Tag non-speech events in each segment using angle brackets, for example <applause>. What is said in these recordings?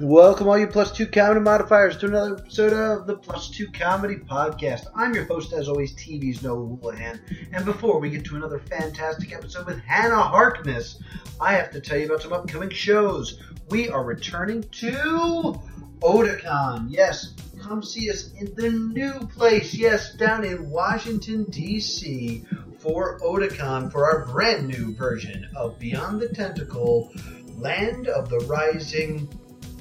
Welcome, all you plus two comedy modifiers, to another episode of the Plus Two Comedy Podcast. I'm your host, as always, TV's Noah Woolahan. And before we get to another fantastic episode with Hannah Harkness, I have to tell you about some upcoming shows. We are returning to Otakon. Yes, come see us in the new place. Yes, down in Washington, D.C. for Otakon for our brand new version of Beyond the Tentacle. Land of the Rising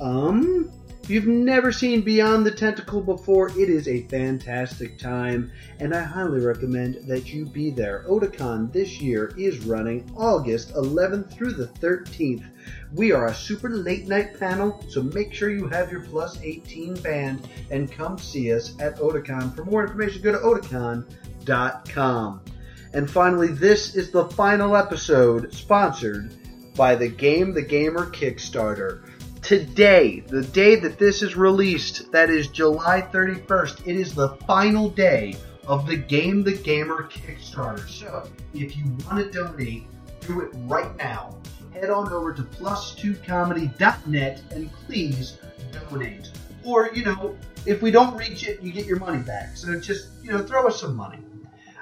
um, if you've never seen Beyond the Tentacle before, it is a fantastic time, and I highly recommend that you be there. Otakon this year is running August 11th through the 13th. We are a super late night panel, so make sure you have your plus 18 band and come see us at Otakon. For more information, go to otakon.com. And finally, this is the final episode sponsored by the Game the Gamer Kickstarter today, the day that this is released, that is July 31st, it is the final day of the Game the Gamer Kickstarter. So, if you want to donate, do it right now. Head on over to plus2comedy.net and please donate. Or, you know, if we don't reach it, you get your money back. So just, you know, throw us some money.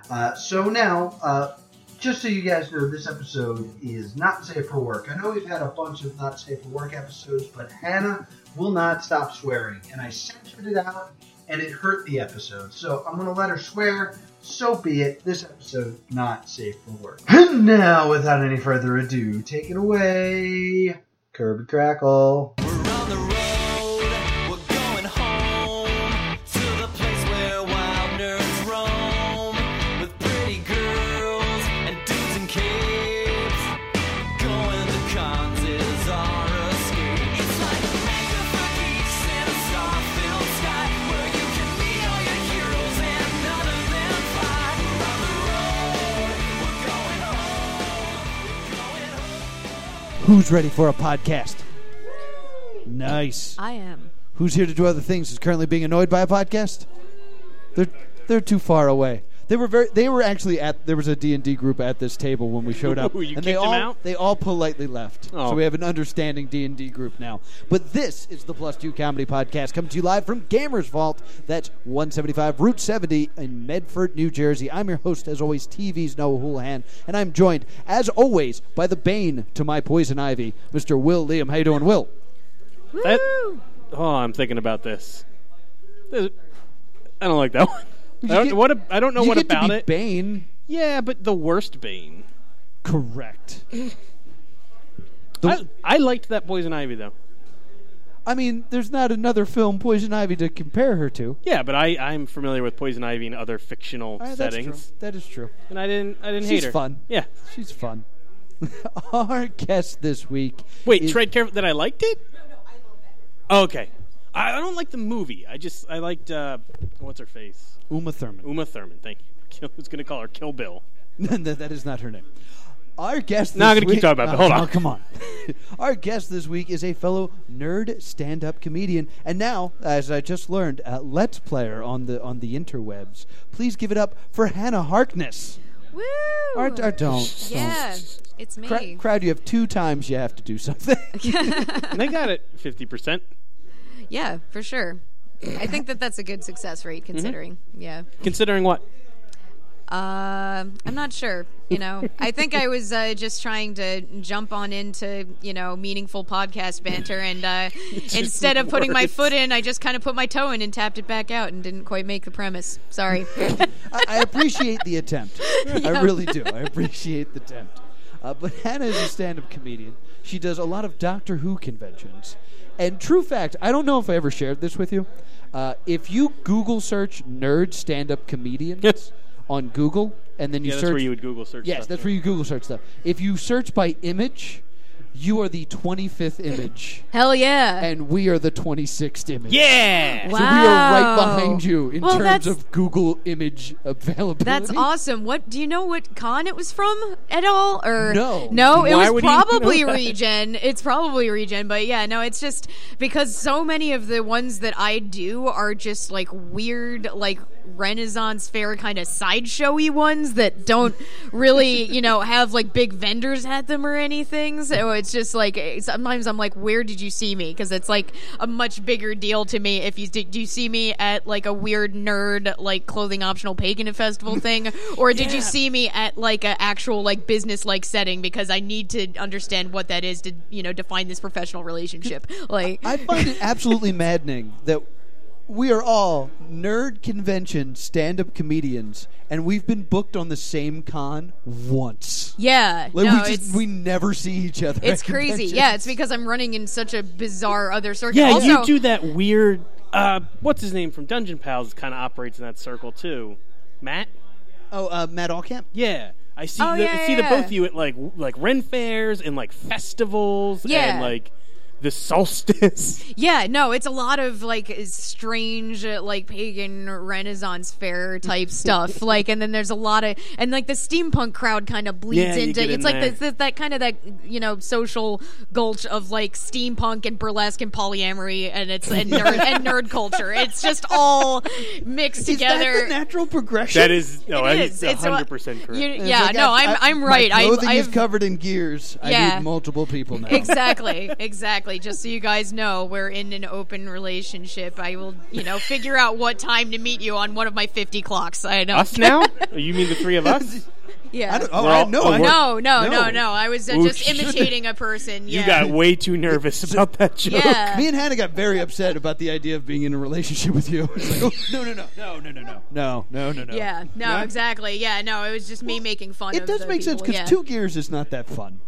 Uh, so now, uh, just so you guys know, this episode is not safe for work. I know we've had a bunch of not safe for work episodes, but Hannah will not stop swearing, and I censored it out, and it hurt the episode. So I'm gonna let her swear. So be it. This episode not safe for work. <laughs> And now, without any further ado, take it away, Curb and Crackle. We're on the road, we're going home to the place where wild nerds roam with pretty girls and dudes in capes. Going to cons is our escape. It's like Magnified Geeks in a star-filled sky where you can meet all your heroes and none of them fly. We're on the road, we're going home, we're going home. Who's ready for a podcast? Nice. I am. Who's here to do other things is currently being annoyed by a podcast? They're they're too far away. They were very they were actually at there was a D&D group at this table when we showed up Ooh, <laughs> you and they kicked 'em all out? they all politely left. Oh. So we have an understanding D&D group now. But this is the Plus 2 Comedy Podcast coming to you live from Gamers Vault. That's 175 Route 70 in Medford, New Jersey. I'm your host as always TV's Noah Houlihan and I'm joined as always by the bane to my poison ivy, Mr. Will Liam. How you doing, Will? Woo! That- oh, I'm thinking about this. This- I don't like that <laughs> one. I don't, get- what a, I don't know you what get to about be it. Bane. yeah, but the worst Bane. Correct. I, I liked that Poison Ivy though. I mean, there's not another film Poison Ivy to compare her to. Yeah, but I, I'm familiar with Poison Ivy in other fictional All right, Ah, that's true. settings, That is true. and I didn't I didn't She's hate her. fun. Yeah. She's fun. <laughs> Our guest this week. Wait, is- tread careful. That I liked it. Oh, okay. I, I don't like the movie. I just I liked uh, what's her face Uma Thurman. Uma Thurman. Thank you. <laughs> I was gonna call her Kill Bill. No, <laughs> that is not her name. Our guest. No, I'm this gonna keep week- talking about it. No, Hold no, on. come on. <laughs> Our guest this week is a fellow nerd stand-up comedian, and now, as I just learned, a Let's Player on the on the interwebs. Please give it up for Hannah Harkness. Woo! Or, or don't. don't. yeah, it's me. Cra- crowd, you have two times you have to do something. <laughs> And they got it fifty percent. yeah, for sure. I think that that's a good success rate Mm-hmm. considering. Yeah. Considering what? Uh, I'm not sure. You know, I think I was uh, just trying to jump on into you know meaningful podcast banter, and <laughs> uh, <laughs> instead of putting my worse. foot in, I just kind of put my toe in and tapped it back out, and didn't quite make the premise. Sorry. I, I appreciate the attempt. I really do. I appreciate the attempt. Uh, but Hannah is a stand up comedian. She does a lot of Doctor Who conventions. And true fact, I don't know if I ever shared this with you. Uh, if you Google search nerd stand up comedians Yes. on Google, and then you Yeah, that's search. where you would Google search. yes, stuff. that's where you Google search stuff. If you search by image, you are the 25th image, Hell yeah! and we are the 26th image. Yeah. wow. So we are right behind you in Oh. Well, terms that's- of Google image availability. That's awesome. What do you know? What con it was from at all? Or No. no, it Why was would he know probably that? Regen. It's probably Regen, but yeah, no, it's just because so many of the ones that I do are just like weird, like Renaissance fair kind of sideshowy ones that don't really, you know, have like big vendors at them or anything. So it's just like eh, sometimes I'm like, where did you see me? Because it's like a much bigger deal to me if you did you see me at like a weird nerd like clothing optional pagan <laughs> festival thing, or did you see me at like an actual like business like setting? Because I need to understand what that is to you know define this professional relationship. Like <laughs> I find it absolutely maddening that we are all nerd convention stand-up comedians, and we've been booked on the same con once. yeah, Like no, we it's just we never see each other. <laughs> it's at crazy. conventions. Yeah, it's because I'm running in such a bizarre other circuit. Yeah, also, you do that weird. Uh, what's his name from Dungeon Pals? Kind of operates in that circle too. Matt. Oh, uh, Matt Allcamp. Yeah, I see. Oh, the, yeah, I see yeah, the yeah. both of you at like w- like Ren fairs and like festivals Yeah. and like <laughs> the solstice. Yeah, no, it's a lot of like strange, uh, like pagan Renaissance fair type <laughs> stuff. Like, and then there's a lot of and like the steampunk crowd kind of bleeds Yeah, you into. get in it's like there. the, the, that kind of that you know social gulch of like steampunk and burlesque and polyamory and it's and <laughs> nerd, and nerd culture. It's just all mixed Is that together. the natural progression? that is no, It I is. one It's a- hundred percent correct. you- It's yeah, like, no, I- I, am I- I'm right. My clothing I, is I've- covered in gears. I Yeah. need multiple people now. <laughs> exactly exactly just so you guys know we're in an open relationship i will you know figure out what time to meet you on one of my 50 clocks i know us now? Oh, you mean the three <laughs> of us? yeah I don't, oh, We're I all- know. oh, I, we're- no, no, no, No. no, I was uh, Ooh, just shit. imitating a person. Yeah. You got way <laughs> too nervous about that joke. Yeah. Me and Hannah got very upset about the idea of being in a relationship with you. <laughs> It's like, oh, no, no, no, no, no, no, no, no, no, no, no. Yeah, no, exactly. Yeah, no, it was just me making fun. It of does the make sense people, because yeah. two gears is not that fun.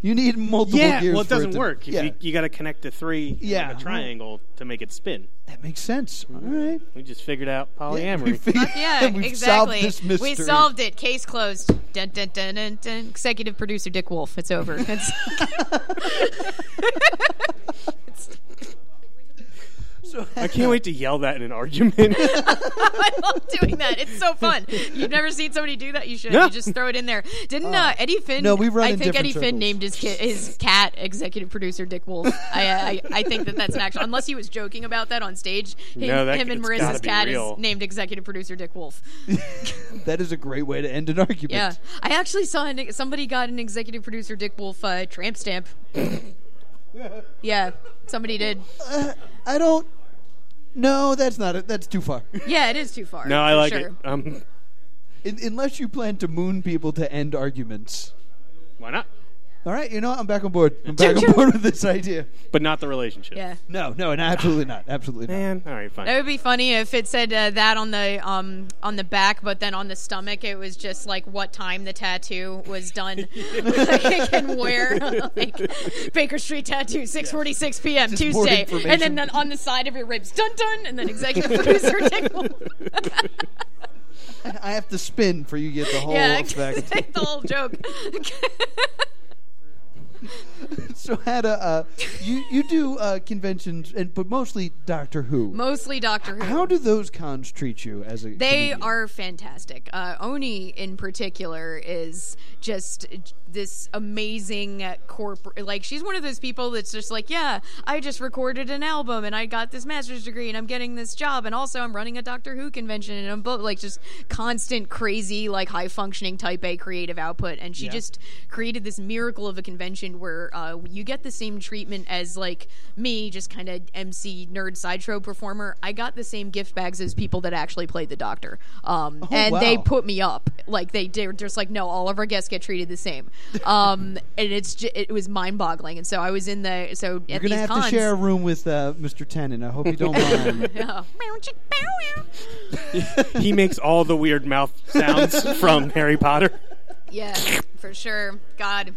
You need multiple Yeah, gears. well, it for doesn't to- work. If Yeah, You, you got to connect the three, Yeah. like a triangle to make it spin. that makes sense. All right. We just figured out <laughs> We polyamory. figured- Yeah, we've exactly. solved this mystery. We solved it. Case closed. Dun, dun, dun, dun, dun. Executive producer Dick Wolf. It's over. It's- So, <laughs> I can't wait to yell that in an <laughs> argument. I love <laughs> doing that. It's so fun. You've never seen somebody do that. You should. Yeah. You just throw it in there. Didn't uh, Eddie Finn? No, we run I in think different Eddie circles. Finn named his ki- his cat executive producer Dick Wolf. I, I I think that that's an actual. Unless he was joking about that on stage. Him, No, that- him and it's Marissa's gotta be cat real. is named executive producer Dick Wolf. that is a great way to end an argument. Yeah, I actually saw an, somebody got an executive producer Dick Wolf uh, tramp <laughs> stamp. yeah, somebody did. I don't. No, that's not it. That's too far. <laughs> Yeah, it is too far. no, I for like sure. it. Um, In, unless you plan to moon people to end arguments. why not? All right, you know what? I'm back on board. I'm back on board with this idea. But not the relationship. Yeah. No, no, and absolutely not. Absolutely not. Man, all right, fine. That would be funny if it said uh, that on the um on the back, but then on the stomach it was just like what time the tattoo was <laughs> done <laughs> like, and where, like Baker Street tattoo, six forty six p.m. Just more Tuesday, and information. then on- on the side of your ribs, dun dun, and then executive <laughs> producer <laughs> Dick Wolf. I have to spin for you to get the <laughs> whole yeah, effect. <laughs> the whole joke. <laughs> so, Hannah, uh, you you do uh, conventions, and but mostly Doctor Who. Mostly Doctor Who. How do those cons treat you as a? They comedian? are fantastic. Uh, Oni, in particular, is just this amazing corporate. Like, she's one of those people that's just like, yeah, I just recorded an album and I got this master's degree and I'm getting this job. And also, I'm running a Doctor Who convention and I'm both like just constant, crazy, like high functioning type A creative output. And she just created this miracle of a convention where uh, you get the same treatment as like me, just kind of MC nerd sideshow performer. I got the same gift bags as people that actually played the Doctor, um, and Oh, wow. they put me up like they did. They're Just like no, all of our guests get treated the <laughs> same, um, and it's ju- it was mind boggling. And so I was in the so You're at gonna these have cons. to share a room with uh, Mr. Tennant. I hope you don't mind. <laughs> Yeah. Meow, chick, bow, wow. <laughs> he makes all the weird mouth sounds <laughs> from Harry Potter. Yeah, for sure. God.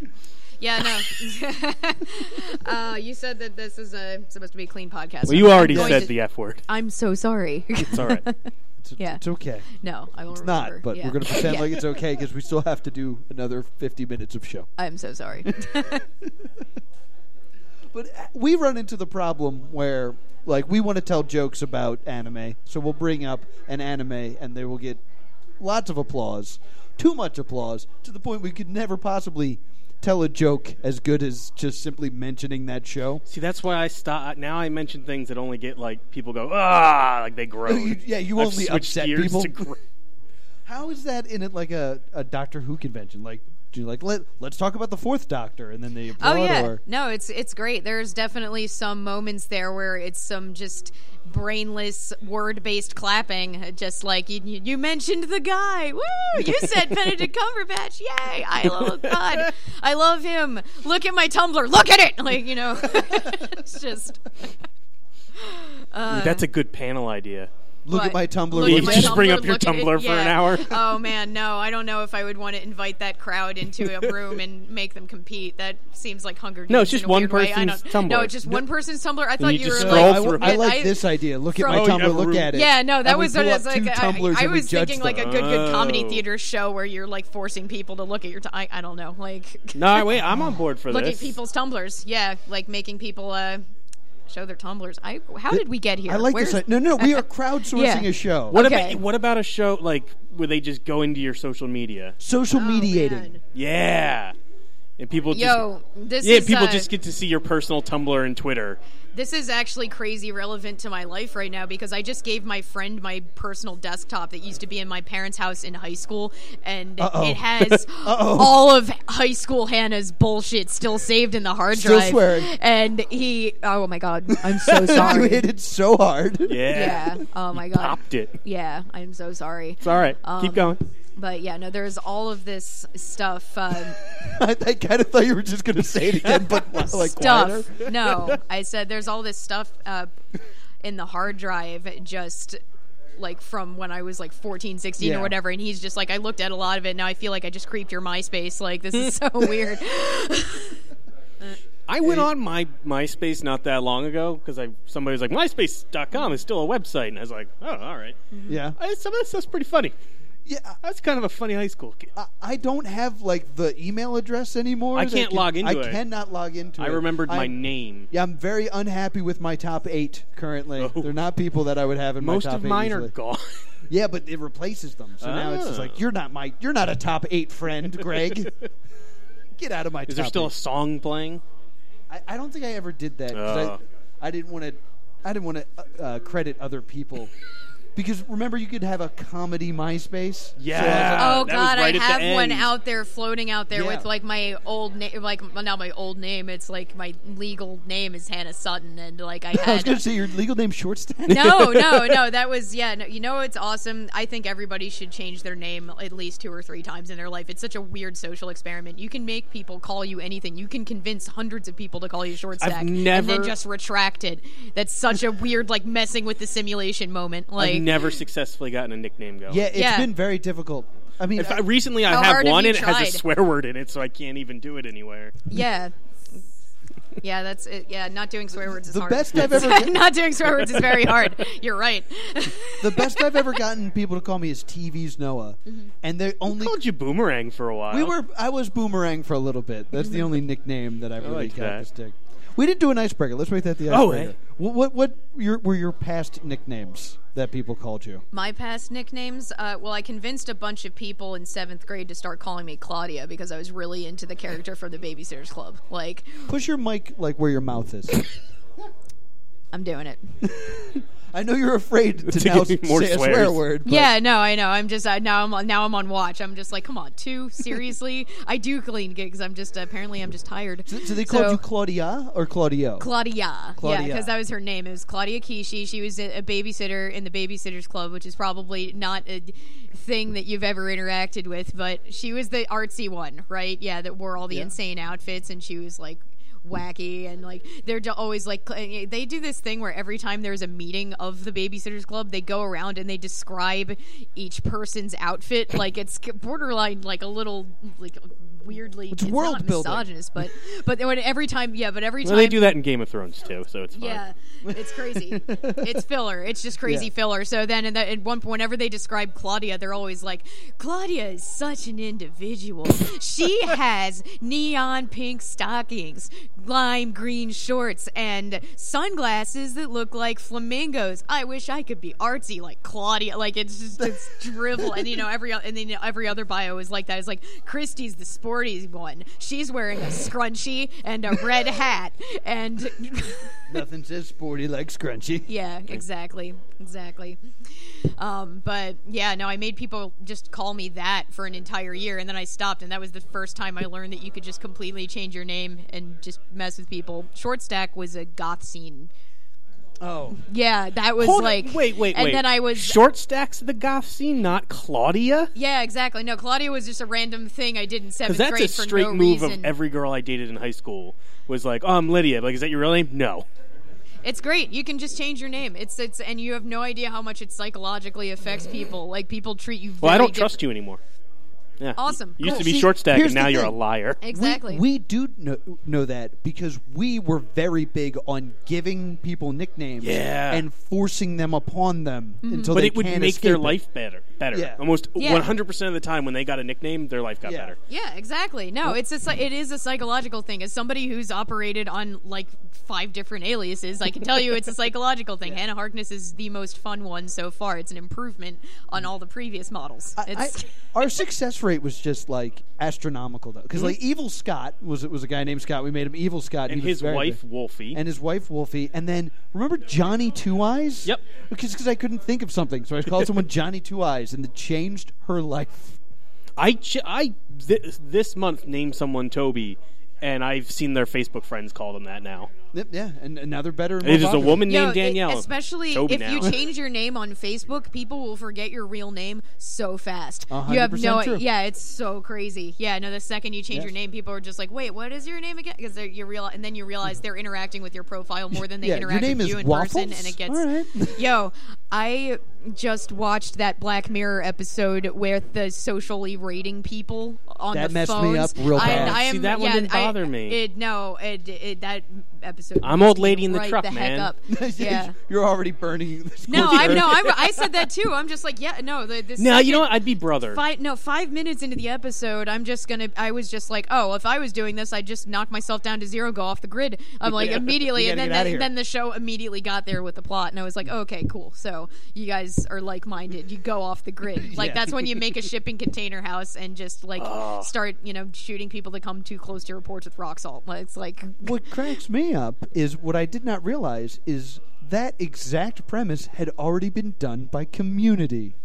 Yeah, no. <laughs> uh, you said that this is a supposed to be a clean podcast. Well, you I'm already going said to- the F word. I'm so sorry. <laughs> It's all right. <laughs> It's, Yeah. it's okay. no, I will It's remember. not, but Yeah. we're gonna <laughs> pretend Yeah. like it's okay because we still have to do another 50 minutes of show. I'm so sorry. <laughs> But uh, we run into the problem where, like, we want to tell jokes about anime, so we'll bring up an anime, and they will get lots of applause, too much applause, to the point we could never possibly tell a joke as good as just simply mentioning that show. See, that's why I stop. Now I mention things that only get like people go ah, like they groan. <laughs> yeah, you I've only switched upset <laughs> gears people. Uh-huh. to gro- How is that in it like a, a Doctor Who convention? Like do like let let's talk about the fourth Doctor, and then they applaud Oh yeah, or no, it's it's great. There's definitely some moments there where it's some just brainless word-based clapping, just like you, you mentioned the guy. Woo! You said Benedict Cumberbatch. Yay! I love God. I love him. Look at my Tumblr. Look at it. Like you know, <laughs> it's just That's a good panel idea. look What? at my Tumblr. Look look at You at my just bring up your look at it. Tumblr for an hour. <laughs> Oh man, no, I don't know if I would want to invite that crowd into a room and make them compete. That seems like Hunger Games. No, it's just in a one weird way. I person's don't- Tumblr. No, it's just one person's Tumblr. I thought you you, just were scroll like, I, through I, it. like this idea. Look at from- my Oh, you have Tumblr. a Look room. at it. Yeah, no, that And we was pull what I up was two like. Tumblrs I, I and we was judge thinking like a them. good, good comedy Oh. theater show where you're like forcing people to look at your. T- I, I don't know, like <laughs> No, wait, I'm on board for look this. at people's tumblers. Yeah, like making people uh, show their tumblers. I how did we get here? I like Where's, this. i- No, no, we are crowdsourcing <laughs> Yeah. a show. What Okay. about what about a show like where they just go into your social media? <laughs> Social Oh, mediating. man. Yeah, and people just Yo, this yeah, is people uh, just get to see your personal Tumblr and Twitter. This is actually crazy relevant to my life right now because I just gave my friend my personal desktop that used to be in my parents' house in high school, and Uh-oh. it has <laughs> Uh-oh. all of high school Hannah's bullshit still saved in the hard Still drive. swearing. And he, oh my god, I'm so sorry. <laughs> <laughs> You hit it so hard. Yeah, yeah. Oh my god. popped it. Yeah, I'm so sorry. It's all right. Um, Keep going. But yeah, no, there's all of this stuff. Um, <laughs> I, I kind of thought you were just going to say it again, <laughs> but <laughs> like quieter. stuff. No, I said there's all this stuff uh, in the hard drive just like from when I was like 14, 16 Yeah. or whatever. And he's just like, I looked at a lot of it. Now I feel like I just creeped your MySpace. Like, this is so weird. I went on my MySpace not that long ago because I somebody was like MySpace.com is still a website, and I was like, oh, all right. Mm-hmm. Yeah. I, some of that stuff's pretty funny. Yeah. I was kind of a funny high school kid. Uh, I- I don't have like the email address anymore. I that can't log into I it. cannot log into I it. remembered my I'm- name. Yeah, I'm very unhappy with my top eight currently. Oh. They're not people that I would have in Most my top of eight. mine are usually. gone. <laughs> Yeah, but it replaces them. So now it's just Ah. like you're not my you're not a top eight friend, <laughs> Greg. Get out of my. Is top there still a eight. song playing? I, I don't think I ever did that. 'cause Oh. I, I didn't want to. I didn't want to uh, uh, credit other people. <laughs> Because remember, you could have a comedy MySpace. Yeah. So I was like, oh, Ah, that was God, right I at the have one end. out there floating out there Yeah. with like my old name. Like, well, not my old name. It's like my legal name is Hannah Sutton. And like, I had. <laughs> I was going to say your legal <laughs> name Shortstack. no, no, no. That was yeah. No, you know it's awesome. I think everybody should change their name at least two or three times in their life. It's such a weird social experiment. You can make people call you anything. You can convince hundreds of people to call you short I've stack, and never- then just retract it. That's such a weird like messing with the simulation moment. Like I've never successfully gotten a nickname going. Yeah, it's Yeah. been very difficult. I mean, In fact, recently I How have hard have one you and it has a tried? swear word in it, so I can't even do it anywhere. yeah. Yeah, that's it. Yeah, not doing swear words is the hard. <laughs> best I've ever not doing swear words is very hard. You're right. <laughs> the best I've ever gotten people to call me is TV's Noah, Mm-hmm. and they I only called you Boomerang for a while. we were I was boomerang for a little bit. That's the only nickname that I've really like got that. to stick. We didn't do an icebreaker. Let's make that the Oh, icebreaker. hey. What what, what your, were your past nicknames that people called you? my past nicknames uh, well i convinced a bunch of people in seventh grade to start calling me claudia because i was really into the character from the babysitters club like Push your mic like where your mouth is. i'm doing it I know <laughs> you're afraid to, To now give me more say a swear swears. word. but- yeah no i know i'm just uh, now i'm on now i'm on watch i'm just like come on two seriously i do clean gigs i'm just apparently i'm just tired So they called So- you Claudia or Claudio? Claudia. Yeah, Claudia. because that was her name. It was Claudia Kishi. She was a a babysitter in the Babysitters Club, which is probably not a thing that you've ever interacted with, but she was the artsy one, right? Yeah, that wore all the insane outfits, and she was like wacky and like they're ju- always like cl- eh, they do this thing where every time there's a meeting of the babysitters club they go around and they describe each person's outfit like it's borderline like a little like weirdly it's, world not building. misogynist but but when every time yeah but every Well, time they do that in Game of Thrones too, so it's fine. yeah, it's crazy. it's filler. It's just crazy Yeah. filler. So then, in the, at one point, whenever they describe Claudia, they're always like, "Claudia is such an individual. she has neon pink stockings, lime green shorts, and sunglasses that look like flamingos. I wish I could be artsy like Claudia. Like it's just it's drivel. And you know every o- and then every other bio is like that. It's like Christie's the sporty one. She's wearing a scrunchie and a red hat and. <laughs> Nothing says sporty like scrunchy. Yeah, exactly. Exactly. Um, but yeah, no, I made people just call me that for an entire year, and then I stopped, and that was the first time I learned that you could just completely change your name and just mess with people. Short Stack was a goth scene. Oh, Yeah, that was Hold like on. wait, wait, and wait. then I was short stacks of the goth scene, not Claudia, Yeah, exactly. No, Claudia was just a random thing I did in because seventh that's a grade straight for no move reason. of every girl I dated in high school. Was like, oh, I'm Lydia. Like, is that your real name? No. It's great. You can just change your name. It's it's and you have no idea how much it psychologically affects people. Like people treat you. Very Well, I don't trust you anymore. Yeah. Awesome. You used Cool. to be See, short stack, here's and the now you're a thing. liar. Exactly. We, we do know, know that because we were very big on giving people nicknames Yeah. and forcing them upon them Mm-hmm. until But they it would can't make their escape it. life better. Better. Yeah. Almost Yeah. 100% of the time when they got a nickname, their life got Yeah. better. yeah, exactly. No, it's a, psy- mm. it is a psychological thing. As somebody who's operated on like five different aliases, I can tell you it's a psychological <laughs> thing. Hannah Harkness is the most fun one so far. It's an improvement on all the previous models. I- I- <laughs> It's our success rate was just like astronomical though, because Mm-hmm. like Evil Scott was was a guy named Scott. We made him Evil Scott, And he was his very wife, big. Wolfie. and his wife Wolfie, and then remember Johnny Two Eyes? Yep. Because because I couldn't think of something, so I called <laughs> someone Johnny Two Eyes, and it changed her life. I, ch- I th- this month named someone Toby, and I've seen their Facebook friends call them that now. Yep, Yeah, and, and now they're better. and more It is a popular. woman Yo, named it- Danielle. especially Toby if now. <laughs> you change your name on Facebook, people will forget your real name so fast. A You have 100% no, true. yeah, it's so crazy. Yeah, no, the second you change Yes. your name, people are just like, "Wait, what is your name again?" Because you realize, and then you realize they're interacting with your profile more than they Yeah, your interact name with is you in person, Waffles? and it gets. All right. <laughs> Yo, I just watched that Black Mirror episode where the socially rating people on That the messed me phones. up real I, bad. I See, am- that one yeah, didn't I- bother me. It, no, it, it, that episode. I'm messed old me lady in the right truck, the Heck man. <laughs> up. Yeah. You're already burning. This No, culture. I'm no, I'm, I said that too. I'm just like, yeah, no, the, this. no, you know what? I'd be brother. Five, no, five minutes into the episode, I'm just gonna. I was just like, oh, if I was doing this, I'd just knock myself down to zero, go off the grid. I'm like Yeah. <laughs> immediately, You and then gotta get outta then- here. then the show immediately got there with the plot, and I was like, oh, okay, cool. So you guys are like minded. You go off the <laughs> grid. Like Yeah. that's when you make a shipping container house and just like Oh. start, you know, shooting people that come too close to your porch with rock salt. It's like What cracks me up is what I did not realize is that exact premise had already been done by Community.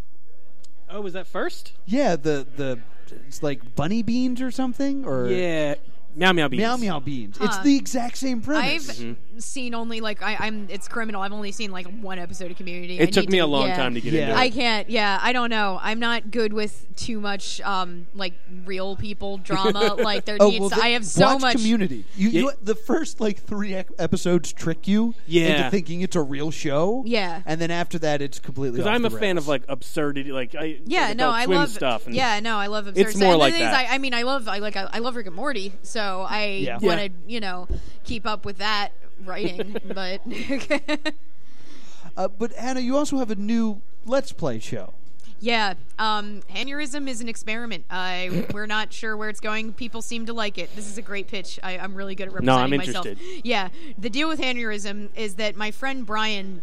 oh, was that first? Yeah, the the it's like bunny beans or something or Yeah. Meow meow beans. meow meow beans. It's the exact same I've premise. seen only like I, I'm. It's criminal. I've only seen like one episode of Community. I It took need me to- a long yeah. time to get Yeah. into it. I can't. Yeah, I don't know. I'm not good with too much um like real <laughs> people drama. like Oh, there needs. th- I have so Oh, watch much. community. You, Yeah. you the first like three ec- episodes trick you Yeah. into thinking it's a real show. Yeah. and then after that, it's completely. Because off I'm the a fan rails. of like absurdity, like I Yeah, like no, Adult I swim love stuff. And yeah, no, I love absurd. It's stuff. more and like the thing is, that. I, I mean, I love, I like, I, I love Rick and Morty, so I Yeah. want to, Yeah. you know, keep up with that writing. <laughs> but <laughs> Uh, but Anna, you also have a new Let's Play show. Yeah, um, aneurysm is an experiment. I we're not sure where it's going. People seem to like it. This is a great pitch. I, I'm really good at No, I'm representing myself. interested. Yeah, the deal with aneurysm is that my friend Brian,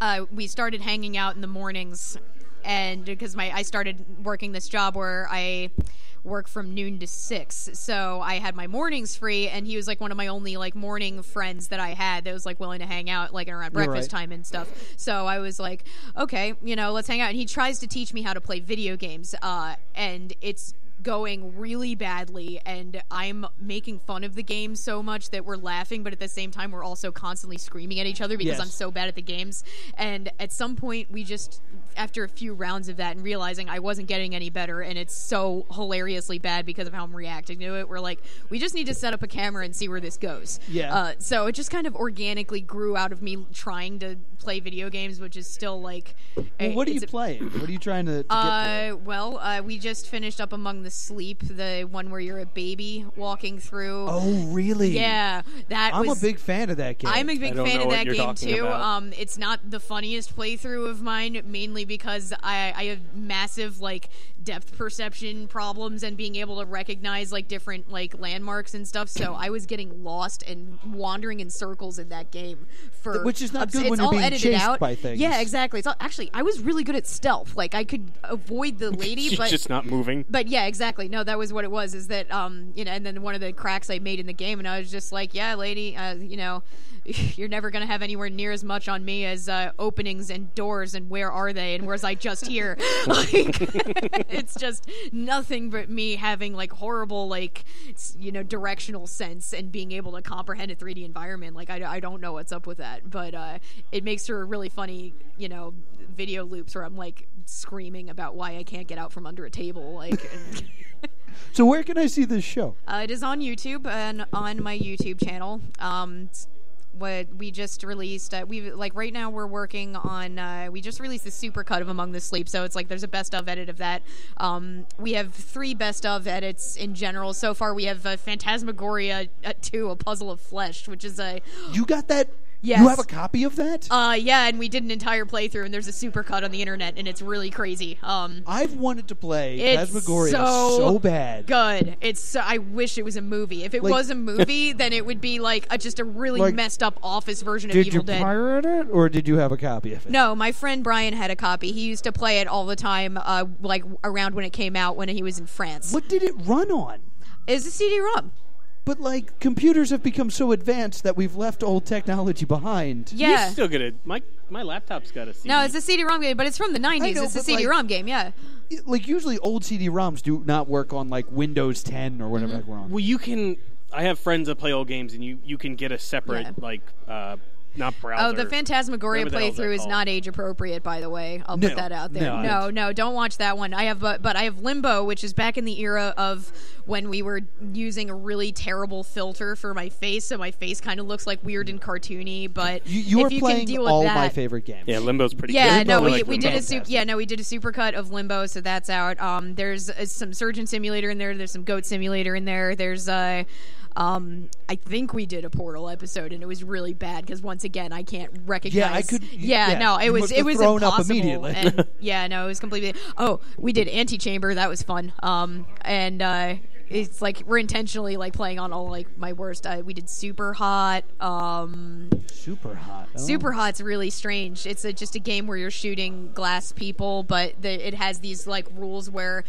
uh, we started hanging out in the mornings, and because my I started working this job where I work from noon to six, so I had my mornings free, and he was like one of my only like morning friends that I had that was like willing to hang out like around breakfast right. time and stuff. So I was like, okay, you know, let's hang out. And he tries to teach me how to play video games, uh, and it's going really badly and i'm making fun of the game so much that we're laughing but at the same time we're also constantly screaming at each other because Yes. i'm so bad at the games and at some point we just after a few rounds of that and realizing i wasn't getting any better and it's so hilariously bad because of how i'm reacting to it we're like we just need to set up a camera and see where this goes Yeah. uh, so it just kind of organically grew out of me trying to play video games, which is still like. Well, a- what are you it's a- playing? What are you trying to, to get Uh, well, uh, we just finished up Among the Sleep, the one where you're a baby walking through. through? Oh, really? yeah, that I'm was. a big fan of that game. I'm a big don't fan know of what that you're game talking too. about. Um, it's not the funniest playthrough of mine, mainly because I, I have massive like depth perception problems and being able to recognize like different like landmarks and stuff. So I was getting lost and wandering in circles in that game for Which is not obs- good it's when you're all being edited chased out. by things. Yeah, exactly. It's all, actually I was really good at stealth. Like I could avoid <laughs> the lady, she's but just not moving. but yeah, exactly. No, that was what it was. Is that um, you know, <laughs> and then one of the cracks I made in the game, and I was just like, yeah, lady, uh, you know, you're never going to have anywhere near as much on me as uh, openings and doors and where are they and where's I just here. <laughs> like, it's just nothing but me having like horrible, like, s- you know, directional sense and being able to comprehend a 3D environment. Like, I, I don't know what's up with that, but uh, it makes for really funny, you know, video loops where I'm like screaming about why I can't get out from under a table. Like, and- So where can I see this show? Uh, it is on YouTube and on my YouTube channel. Um, s- what we just released, uh, we like right now we're working on. Uh, we just released the supercut of Among the Sleep, so it's like there's a best of edit of that. Um, we have three best of edits in general so far. We have uh, Phantasmagoria uh, two, a puzzle of flesh, which is a You got that? You Yes. have a copy of that? uh, yeah, and we did an entire playthrough, and there's a supercut on the internet, and it's really crazy. Um, I've wanted to play It's Phasmagoria so bad. good. It's so, I wish it was a movie. If it Like- was a movie, <laughs> then it would be like a, just a really Like- messed up office version of Did Evil you Dead. pirate it or did you have a copy of it? no, my friend Brian had a copy. He used to play it all the time, uh, like around when it came out when he was in France. What did it run on? It's a CD-ROM. But like computers have become so advanced that we've left old technology behind. You're Yeah. still gonna my my laptop's got a CD. No, it's a CD-ROM game, but it's from the 90s. know, it's a but, like- CD-ROM game, yeah. It- Like usually old CD-ROMs do not work on like Windows 10 or Mm-hmm. whatever like we're on. well, you can. I have friends that play old games, and you you can get a separate Yeah. like uh not browser. Oh, the Phantasmagoria Whatever the hell's that playthrough is called. not age appropriate, by the way. I'll No. put that out there. No, I- No, no, don't watch that one. I have, but, but I have Limbo, which is back in the era of when we were using a really terrible filter for my face, so my face kind of looks like weird and cartoony. But You, you if are you playing can deal with all that, my favorite games. Yeah, Limbo's pretty. yeah, good. no, I we, like we Limbo. did a super, yeah, no, we did a supercut of Limbo, so that's out. Um, there's uh, some Surgeon Simulator in there. There's some Goat Simulator in there. There's uh, um, I think we did a Portal episode, and it was really bad because once again, I can't recognize. I could- Yeah, yeah, no, you it was must it have was thrown up impossible, immediately. <laughs> and- yeah, no, it was completely. Oh, we did Antichamber. That was fun. Um, and uh, it's like we're intentionally like playing on all like my worst. Uh, we did Super Hot. Um, Super hot. Oh. Super Hot's really strange. It's a, just a game where you're shooting glass people, but the, it has these like rules where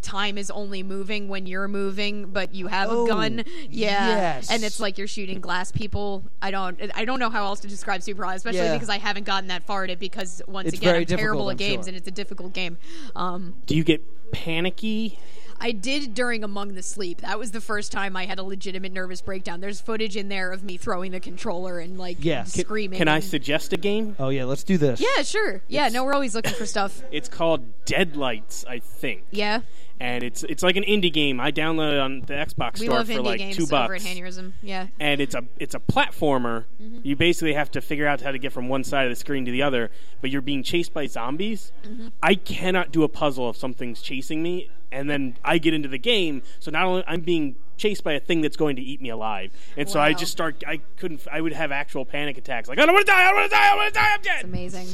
time is only moving when you're moving, but you have Oh, a gun. Yeah, yes. and it's like you're shooting glass people. I don't, I don't know how else to describe Super Hot, especially Yeah. because I haven't gotten that far at it. Because once It's again, very I'm terrible difficult, at I'm games, sure. and it's a difficult game. Um, Do you get panicky? I did during Among the Sleep. That was the first time I had a legitimate nervous breakdown. There's footage in there of me throwing the controller and like Yeah. Can- screaming. Can I and- suggest a game? Oh yeah, let's do this. Yeah, sure. Yeah, no, we're always looking for <laughs> stuff. It's called Deadlights, I think. Yeah, And it's it's like an indie game. I downloaded it on the Xbox we store love for indie like games two bucks. over at Hanurism. Yeah, and it's a it's a platformer. Mm-hmm. You basically have to figure out how to get from one side of the screen to the other, but you're being chased by zombies. Mm-hmm. I cannot do a puzzle if something's chasing me, and then I get into the game. So not only I'm being chased by a thing that's going to eat me alive, and so I Wow. just start. I couldn't. I would have actual panic attacks. Like I don't want to die. I don't want to die. I want to die. I'm dead. amazing.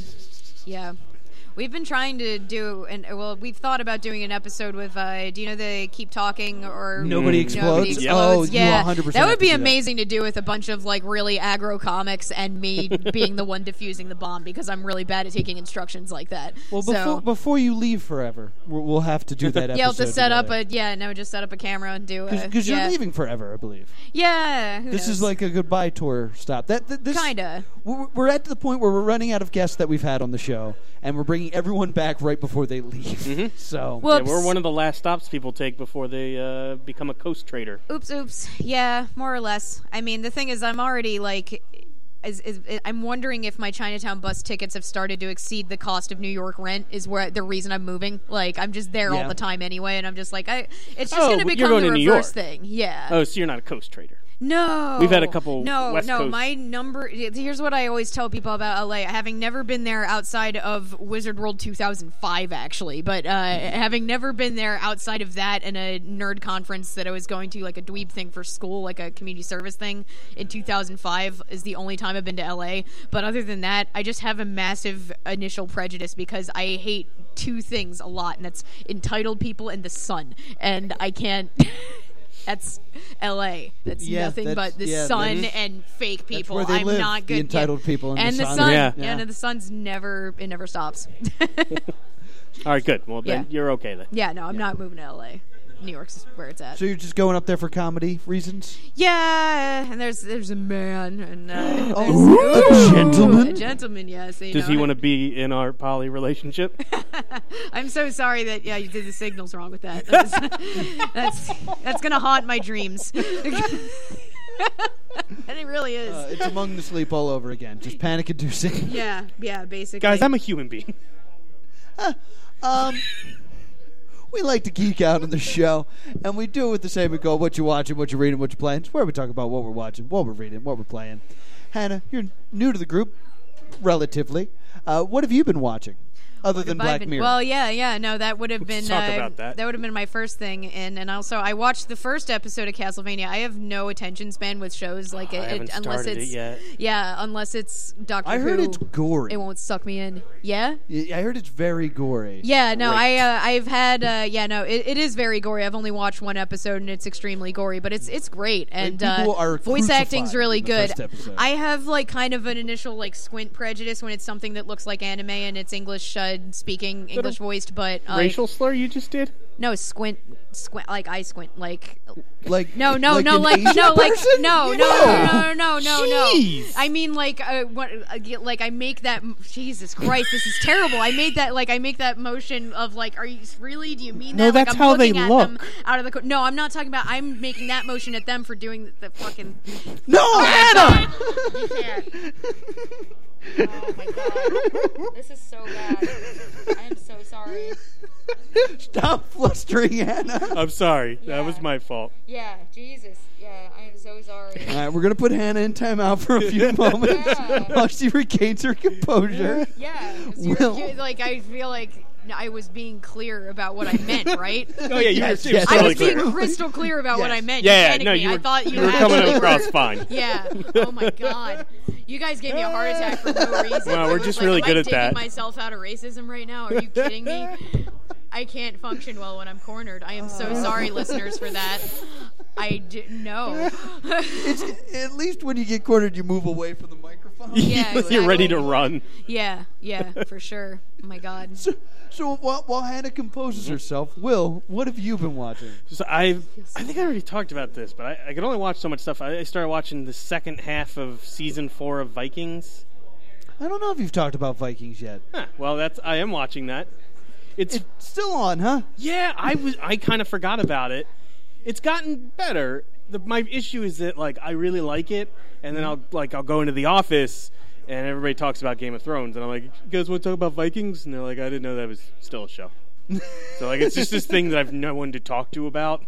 Yeah, we've been trying to do, and well, we've thought about doing an episode with. Uh, do you know they keep talking or Nobody Nobody explodes. Yep. Oh, explodes. you yeah, 100% that have would to be do that. amazing to do with a bunch of like really aggro comics and <laughs> me being the one diffusing the bomb because I'm really bad at taking instructions like that. Well, so, before before you leave forever, we'll, we'll have <laughs> to do that. yeah, I'll episode just set up together. a yeah, no, just set up a camera and do it. because yeah. you're leaving forever, I believe. Yeah, who This is knows? like a goodbye tour stop. That th- this Kinda. We're, we're at the point where we're running out of guests that we've had on the show, and we're bringing everyone back right before they leave. <laughs> So Yeah, Whoops. we're one of the last stops people take before they uh, become a coast trader. oops oops yeah more or less i mean the thing is i'm already like is, is, i'm wondering if my chinatown bus tickets have started to exceed the cost of new york rent is where the reason i'm moving like i'm just there Yeah. all the time anyway and i'm just like i it's just Oh, gonna but you're become going the to New reverse York. thing yeah Oh, so you're not a coast trader. no, We've had a couple No, West no. Coast- My number. Here's what I always tell people about LA. Having never been there outside of Wizard World 2005, actually, but uh, Mm-hmm. having never been there outside of that and a nerd conference that I was going to, like a dweeb thing for school, like a community service thing in 2005, is the only time I've been to LA. But other than that, I just have a massive initial prejudice because I hate two things a lot, and that's entitled people and the sun, and I can't. <laughs> That's L.A. That's Yeah, nothing that's- but the yeah, sun that's- and fake people. where they I'm live, not the good. entitled people and the and the sun. sun. Yeah. Yeah, Yeah. no, the sun's never it never stops. <laughs> All right, good. Well, then Yeah. you're okay then. yeah, no, I'm not moving to L.A. New York's where it's at. So you're just going up there for comedy reasons? yeah, and there's there's a man and uh, Oh, there's a <laughs> a <laughs> gentleman. gentleman. Yes, you Does know, he and want to be in our poly relationship? I'm so sorry that yeah you did the signals wrong with <laughs> that. That's <laughs> that's, that's gonna haunt my <laughs> dreams. <laughs> and it really is. Uh, it's among the sleep all over again. Just panic inducing. yeah, yeah, basically. Guys, I'm a human being. Um, we like to geek out on the show, and we do it with the same goal: what you watching, what you reading, what you playing. It's where we talk about what we're watching, what we're reading, what we're playing. Hannah, you're new to the group, relatively. Uh, what have you been watching, other than If I'd Black been- Mirror? Well, yeah, yeah. No, that would have been talk uh, about that. would have been my first thing, and and also I watched the first episode of Castlevania. I have no attention span with shows like it, I it- haven't unless started it's it yet. yeah, unless it's Doctor I heard Who, it's gory. It won't suck me in. Yeah. Y- I heard it's very gory. Yeah, no, I uh, I've had uh, yeah, no, it, it is very gory. I've only watched one episode and it's extremely gory, but it's it's great and Like, people uh, are voice crucified acting's really in the good. first episode. I have like kind of an initial like squint prejudice when it's something that looks like anime and it's English uh, speaking, English voiced, but like, Racial slur you just did? no squint squint like I squint like Like no, no, like no, an like Asian no, like person? no, no, no, no, no, no, no. Jeez. I mean, like, uh, what, uh, get- like I make that. m- Jesus Christ, this is terrible. I made that, like, I make that motion of like, are you really? Do you mean No, that? like, that's I'm how they looking at them look. out of the. Co- no, I'm not talking about. I'm making that motion at them for doing the, the fucking. No, Oh, Hannah. You can't. Oh my god. This is so bad. I am so sorry. <laughs> Stop flustering Hannah. I'm sorry. Yeah. That was my fault. Yeah, Jesus. Yeah, I am so sorry. All right, we're gonna put Hannah in timeout for a <laughs> few moments <laughs> Yeah. while she regains her composure. Yeah. it was- Will, You- like, I feel like I was being clear about what I meant, right? Oh, yeah, you Yes, were, it was yes, I totally was being clear. absolutely. crystal clear about what Yes. I meant. You Yeah, panicked no, me. you were, I thought you, you were actually coming were- across fine. <laughs> Yeah. Oh my god. You guys gave me a heart attack for no reason. <laughs> Wow, I we're was just like, really am good I at digging that. myself out of racism right now. Are you kidding me? I can't function well when I'm cornered. I am so sorry, listeners, for that. I d- no. <laughs> At least when you get cornered, you move away from the microphone. Yeah, <laughs> You're ready exactly. to run. <laughs> yeah, yeah, for sure. Oh my god. <laughs> So while, while Hannah composes herself, Will, what have you been watching? So I, I think I already talked about this, but I, I could only watch so much stuff. I, I started watching the second half of season four of Vikings. I don't know if you've talked about Vikings yet. Huh, well, that's I am watching that. It's It's still on, huh? yeah, I was I kind of forgot about it. It's gotten better. The, my issue is that like I really like it, and then I'll like I'll go into the office and everybody talks about Game of Thrones, and I'm like, you guys want to talk about Vikings? And they're like, I didn't know that was still a <laughs> show. so like it's just this thing that I've no one to talk to about,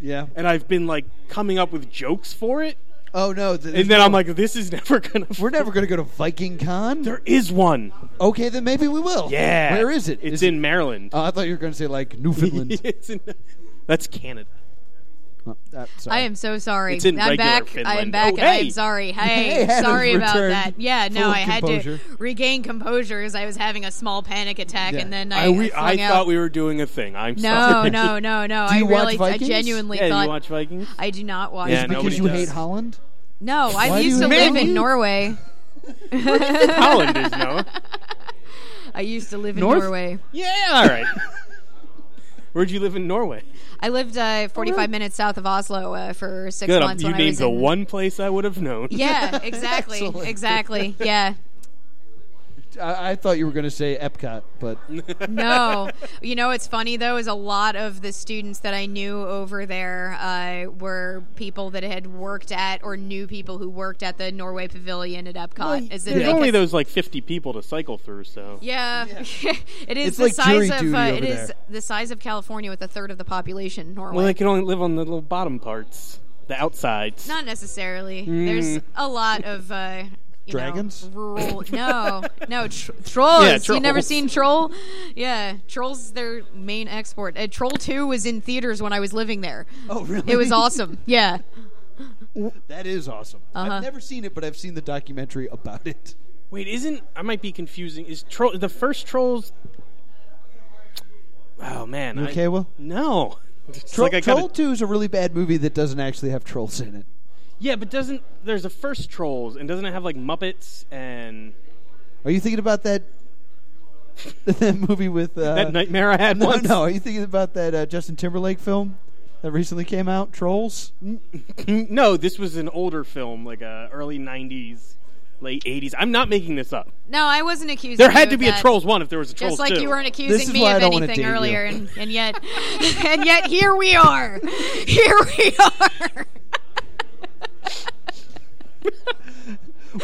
Yeah. and I've been like coming up with jokes for it, Oh no. th- and then I'm like, this is <laughs> never gonna. we're never going to go to Viking Con. There is one. okay, then maybe we will. Yeah. Where is it? It's Is it- in Maryland. Oh, I thought you were going to say like Newfoundland. <laughs> it's in. That's Canada. Oh, uh, sorry. I am so sorry. It's in I'm regular back. I am Finland. back. Oh, and I am hey. <laughs> sorry. Hey, Hey, Hannah's sorry about returned that. Yeah, full no, of I had composure. to regain composure as I was having a small panic attack, Yeah. and then I, uh, I, we, flung I out. thought we were doing a thing. I'm No, sorry. no, no, no. Do you I watch really, I <laughs> Vikings? genuinely Yeah, thought you watch Vikings? I do not watch. Yeah, it. nobody because you does. hate Holland. No, I Why do used you to hate live in it? Norway. Holland is <laughs> no. I used to live in North? Norway. Yeah, all right. Where'd you live in Norway? I lived uh, 45 minutes south of Oslo uh, for six Good. um, months. you when I named was the in- one place I would have known. <laughs> Yeah, exactly, Excellent. exactly. Yeah, I, I thought you were going to say Epcot, but no. You know, it's funny though, is a lot of the students that I knew over there uh, were people that had worked at or knew people who worked at the Norway Pavilion at Epcot. Is it There's like only a- those like 50 people to cycle through, so. Yeah, <laughs> it is It's the like jury size of duty uh, over it is there. the size of California with a third of the population. Norway, Well, they can only live on the little bottom parts, the outsides. not necessarily. Mm. There's a lot of uh, you know, Dragons? <laughs> rural. No, no tr- trolls. Yeah, You never trolls. seen Troll? Yeah, Trolls is their main export. Uh, Troll Two was in theaters when I was living there. <laughs> oh really? It <laughs> was awesome. Uh-huh. Yeah. <laughs> That is awesome. I've never seen it, but I've seen the documentary about it. Wait, isn't I might be confusing? Is troll the first trolls? Oh man, You I- okay, Will? No, It's Troll, like I Troll gotta- Two is a really bad movie that doesn't actually have trolls in it. Yeah, but doesn't there's a first trolls and doesn't it have like Muppets and Are you thinking about that <laughs> that movie with uh, that nightmare I had <laughs> <laughs> No, once. no. Are you thinking about that uh, Justin Timberlake film that recently came out, Trolls? no, this was an older film, like uh, early '90s, late '80s. I'm not making this up. No, I wasn't accusing. There you had to of be a that. Trolls one if there was a Trolls Just like two. you weren't is accusing me why I of don't wanna anything date you. earlier, and, and yet, <laughs> and yet here we are. <laughs> Here we are.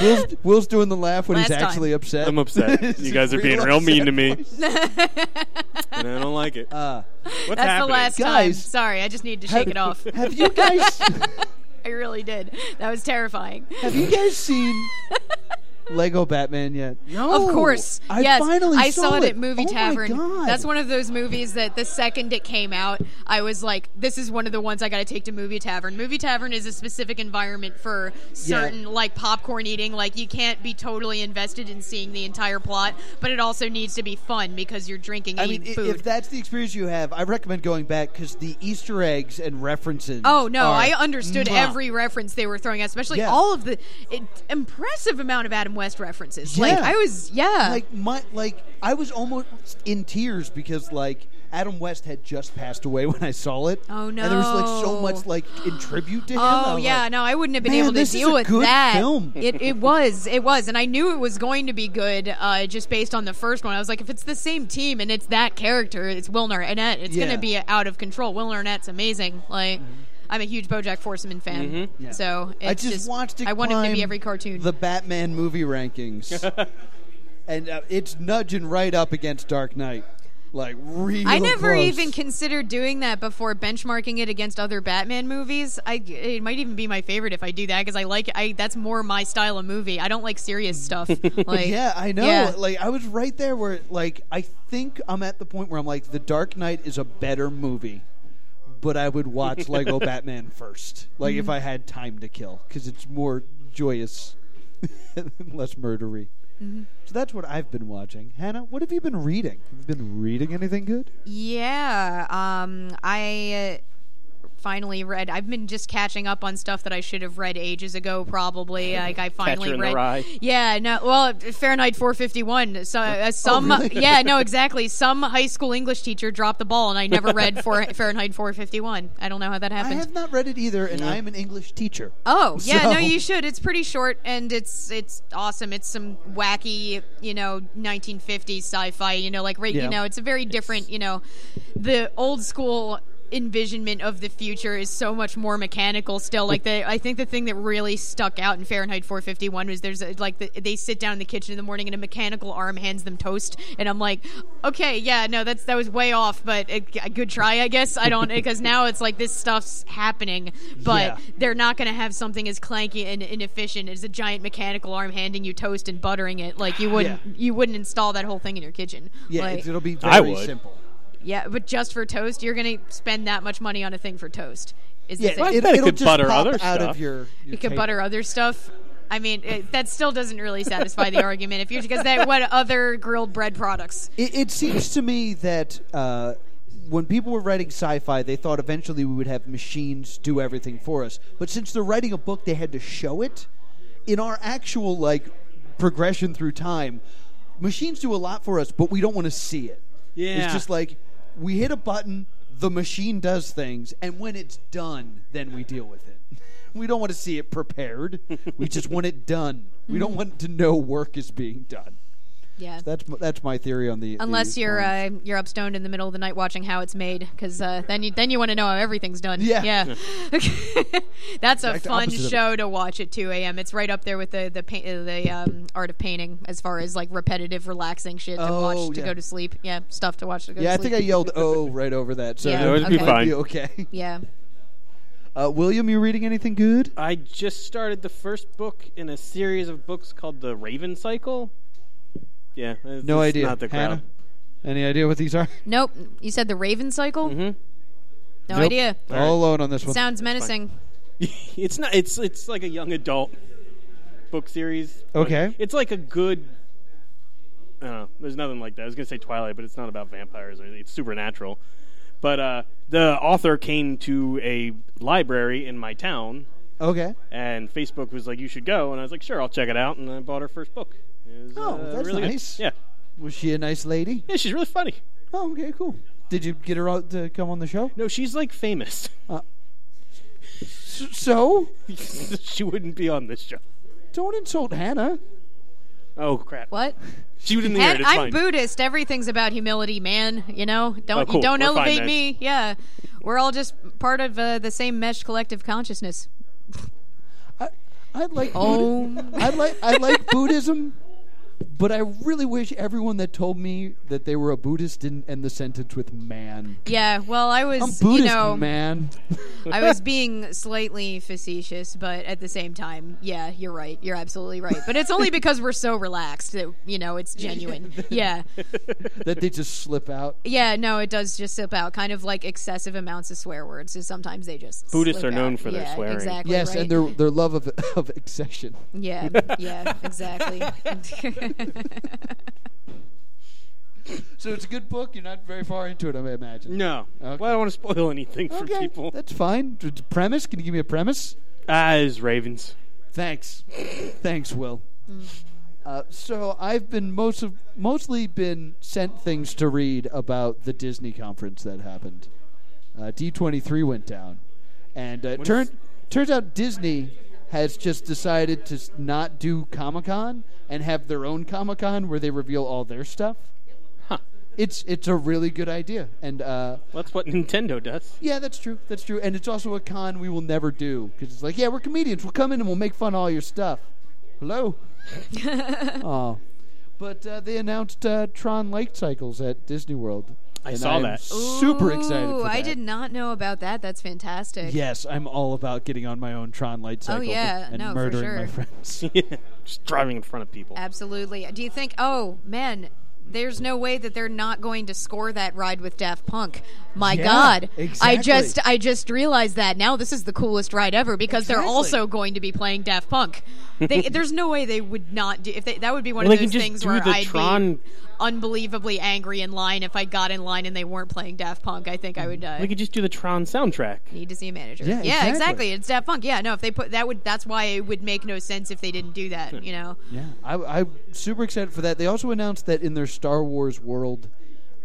Will's, Will's doing the laugh when he's Last time. actually upset. <laughs> <laughs> I'm upset. <laughs> He's You guys are being real upset. mean to me, <laughs> and I don't like it. Uh, What's That's the happening? last Guys. time. Sorry, I just needed to shake it off. have you guys <laughs> I really did. That was terrifying. have you guys seen Lego Batman yet? No. Of course, I yes. finally I saw, saw it at Movie Oh my Tavern. God. That's one of those movies that the second it came out, I was like, "This is one of the ones I got to take to Movie Tavern." Movie Tavern is a specific environment for certain, like popcorn eating. Like you can't be totally invested in seeing the entire plot, but it also needs to be fun because you're drinking I and mean, eating i- food. if that's the experience you have, I recommend going back because the Easter eggs and references. Oh no, are I understood mwah. every reference they were throwing out, especially Yeah. all of the it, impressive amount of Adam West references. Like Yeah. I was, yeah, Like my, like I was almost in tears because like Adam West had just passed away when I saw it. Oh, And there was like so no. much like in tribute to him. I Oh was yeah, like, no, I wouldn't have been "Man, able to this is deal a with good that. film." It, it was, it was, and I knew it was going to be good uh, just based on the first one. I was like, if it's the same team and it's that character, it's Will Arnett, it's Yeah. going to be out of control. Will Arnett's amazing. Like, I'm a huge BoJack Horseman fan, Yeah. so it's Mm-hmm. I just, watched it. I want him to climb be every cartoon. The Batman movie rankings, and uh, it's nudging right up against Dark Knight, like real. I never close. even considered doing that before benchmarking it against other Batman movies. I it might even be my favorite if I do that because I like I that's more my style of movie. I don't like serious <laughs> stuff. Like Yeah, I know. yeah. Like I was right there where like I think I'm at the point where I'm like the Dark Knight is a better movie, but I would <laughs> watch Lego Batman first. Like Mm-hmm. if I had time to kill cuz it's more joyous <laughs> and less murdery. Mm-hmm. So that's what I've been watching. Hannah, what have you been reading? Have you been reading anything good? Yeah, um, I uh, finally read. I've been just catching up on stuff that I should have read ages ago. <laughs> Probably, like I finally in the read. Rye. Oh, Yeah, no. Well, Fahrenheit 451. So uh, some. Yeah, <laughs> no, exactly. Some high school English teacher dropped the ball, and I never read <laughs> for Fahrenheit 451. I don't know how that I happened. have not read it either and I am an English teacher. <laughs> Oh yeah, So- no, you should. It's pretty short and it's it's awesome. It's some wacky, you know, 1950s sci-fi. You know, like right, Yeah. you know, it's a very different. You know, the old school envisionment of the future is so much more mechanical still like the i think the thing that really stuck out in fahrenheit 451 was there's a, like the, they sit down in the kitchen in the morning and a mechanical arm hands them toast and i'm like okay yeah no that's that was way off but a, a good try i guess i don't because now it's like this stuff's happening but Yeah. they're not going to have something as clanky and inefficient as a giant mechanical arm handing you toast and buttering it. Like you wouldn't, Yeah. you wouldn't install that whole thing in your kitchen. Yeah, Like, it's- it'll be I very would. simple. yeah. But just for toast, you're going to spend that much money on a thing for toast. Is the Yeah, thing. it, bet it will could just butter pop other out of stuff. your, your you could cake. butter other stuff. I mean, it, that still doesn't really satisfy <laughs> the argument if you because that what other grilled bread products? It, it seems to me that uh, when people were writing sci-fi, they thought eventually we would have machines do everything for us. But since they're writing a book, they had to show it. In our actual like progression through time, machines do a lot for us, but we don't want to see it. Yeah. it's just like we hit a button, the machine does things, and when it's done, then we deal with it. <laughs> We don't want to see it prepared. We just want it done. We don't want to know work is being done. Yeah. That's m- that's my theory on the. um, Unless the you're lines. uh, you're up stoned in the middle of the night watching how it's made, because uh, then you then you want to know how everything's done. Yeah. <laughs> that's a Exact fun opposite of it. show to watch at 2 a.m. It's right up there with the the pa- uh, the um, art of painting as far as like repetitive, relaxing shit to Oh, watch to yeah. go to sleep. Yeah, stuff to watch to go. yeah, I to sleep. think I yelled "oh" right over that, so Yeah, it it <laughs> would would be might fine. be okay. yeah. Uh, William, you reading anything good? I just started the first book in a series of books called The Raven Cycle. Yeah, it's- No it's idea. Not the crowd. Hannah, any idea what these are? <laughs> Nope. You said the Raven cycle. Mhm. No Nope. idea. All alone on this one. Sounds menacing. It's not. It's it's like a young adult book series. Okay. It's like a good. I don't know. There's nothing like that. I was gonna say Twilight, but it's not about vampires. Or anything. It's supernatural. But uh, the author came to a library in my town, okay. and Facebook was like, "You should go," and I was like, "Sure, I'll check it out." And I bought her first book. It was, Oh, uh, that's really good. nice. Yeah, Was she a nice lady? Yeah, she's really funny. Oh, okay, cool. Did you get her out to come on the show? No, she's like famous. <laughs> S- so, she wouldn't be on this show. don't insult Hannah. Oh crap! What? She was in the air. And It's I'm fine. Buddhist. Everything's about humility, man. You know, don't Oh, cool. you don't We're fine elevate then. me. Yeah, we're all just part of uh, the same mesh collective consciousness. I'd like Oh. Buddhi- I like <laughs> I like Buddhism, but I really wish everyone that told me that they were a Buddhist didn't end the sentence with man. Yeah. Well, I was, I'm you Buddhist, know, man. I was being slightly facetious, but at the same time, yeah, you're right. You're absolutely right. But it's <laughs> only because we're so relaxed that you know it's genuine. Yeah. that they just slip out. Yeah. No, it does just slip out. Kind of like excessive amounts of swear words. So sometimes they just Buddhists slip are known out. for their Yeah, swearing. Exactly. Yes, right? and their their love of <laughs> of accession. Yeah, yeah, exactly. So it's a good book. You're not very far into it, I imagine. No. Okay. Well, I don't want to spoil anything for Okay, people. that's fine. D- d- Premise? Can you give me a premise? Ah, it's Ravens. Thanks, thanks, Will. Uh, so I've been most of, mostly been sent things to read about the Disney conference that happened. Uh, D23 went down, and uh, When turned is- turns out Disney has just decided to s- not do Comic Con and have their own Comic Con where they reveal all their stuff. Huh. It's it's a really good idea, and uh, Well, that's what Nintendo does. yeah, that's true. That's true. And it's also a con we will never do because it's like, yeah, we're comedians. We'll come in and we'll make fun of all your stuff. <laughs> Hello. oh, but uh, they announced uh, Tron Light Cycles at Disney World. I and saw I'm that. Super excited. Ooh, For I that. did not know about that. That's fantastic. Yes, I'm all about getting on my own Tron Light Cycle. Oh, yeah. and No, for murdering my sure. friends. Just driving in front of people. Absolutely. Do you think oh, man, there's no way that they're not going to score that ride with Daft Punk. My Yeah, god. exactly. I just I just realized that. Now this is the coolest ride ever because they're Exactly. also going to be playing Daft Punk. <laughs> They, there's no way they would not do if they, that would be one Well, of they can those just things do where the I'd Tron- be unbelievably angry in line if I got in line and they weren't playing Daft Punk. I think I would uh, We could just do the Tron soundtrack. need to see a manager. Yeah, exactly. It's Daft Punk. Yeah, no, if they put that would that's why it would make no sense if they didn't do that. You know, yeah, I, I'm super excited for that. They also announced that in their Star Wars world,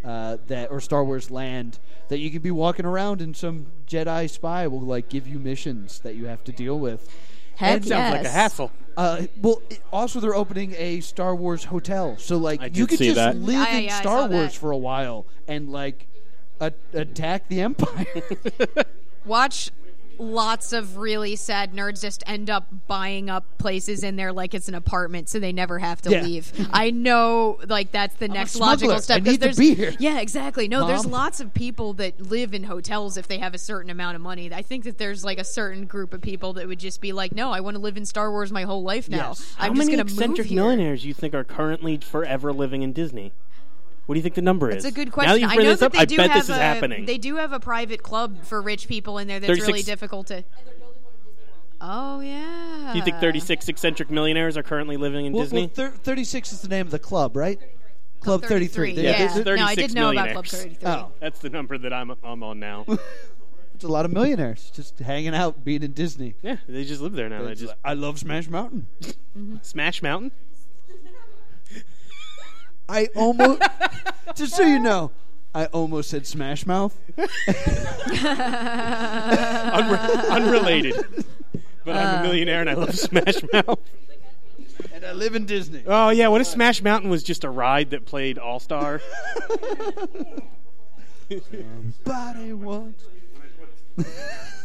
uh, that or Star Wars land, that you could be walking around and some Jedi spy will like give you missions that you have to deal with. heck That sounds like a hassle. Uh, well, it- also they're opening a Star Wars hotel, so like I you did could see just that. live I- in yeah, I Star saw that. Wars for a while and like a- attack the Empire. <laughs> Watch lots of really sad nerds just end up buying up places in there like it's an apartment so they never have to Yeah. leave <laughs> i know like that's the next smuggler. logical I step 'cause need to there's be here. <laughs> yeah exactly no there's Mom. lots of people that live in hotels if they have a certain amount of money i think that there's like a certain group of people that would just be like no i want to live in star wars my whole life now Yes. i'm How just many gonna move eccentric here. millionaires do you think are currently forever living in Disney? What do you think the number is? It's a good Now that question. you I bring know this that up, they I do bet have this is a, happening. They do have a private club for rich people in there that's really 36 difficult to. Oh yeah. do you think 36 eccentric millionaires are currently living in well, Disney? well thir- 36 is the name of the club, right? Club 33. Yeah. Yeah, there's no, I 36 did know about Club millionaires. 33. Oh, That's the number that I'm, I'm <laughs> on now. it's a lot of millionaires just hanging out, being in Disney. yeah, they just live there now. They just I love Smash Mountain. <laughs> Smash Mountain. I almost, <laughs> just so you know, I almost said Smash Mouth. Unre- unrelated. But Uh, I'm a millionaire and <laughs> I love Smash Mouth. And I live in Disney. Oh yeah, what if Smash Mountain was just a ride that played All <laughs> Star? Body wants. <laughs>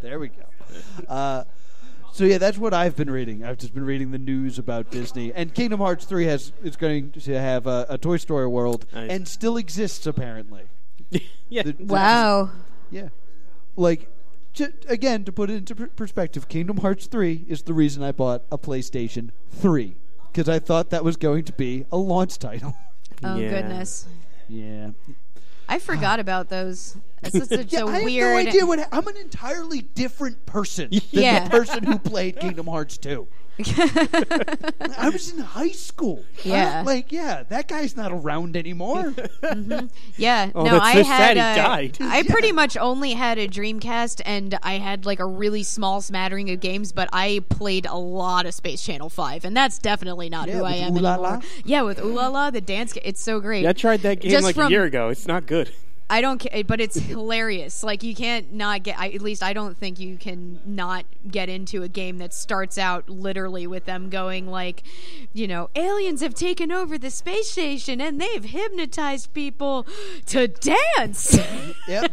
there we go. Uh, so yeah, that's what I've been reading. I've just been reading the news about Disney and Kingdom Hearts three has is going to have a, a Toy Story world Nice. and still exists apparently. yeah. The- the- Wow. yeah. Like, ju- again, to put it into per- perspective, Kingdom Hearts 3 is the reason I bought a PlayStation 3. Because I thought that was going to be a launch title. Oh Yeah. goodness. Yeah. I forgot about those. This <laughs> is such yeah a I weird. have no idea what. I'm an entirely different person than Yeah. <laughs> the person who played Kingdom Hearts 2. <laughs> I was in high school. I was Yeah. like, yeah, that guy's not <laughs> around anymore. Yeah, no, Oh, that's I so had. sad he uh, died. <laughs> I pretty much only had a Dreamcast, and I had like a really small smattering of games, but I played a lot of Space Channel Five, and that's definitely not Yeah, who I with am Ooh La La. anymore. Yeah, with Ooh La La, the dance, ga- it's so great. Yeah, I tried that game Just like from- a year ago. It's not good. I don't care, but it's hilarious. Like you can't not get. I, at least I don't think you can not get into a game that starts out literally with them going like, you know, aliens have taken over the space station and they've hypnotized people to dance. Yep,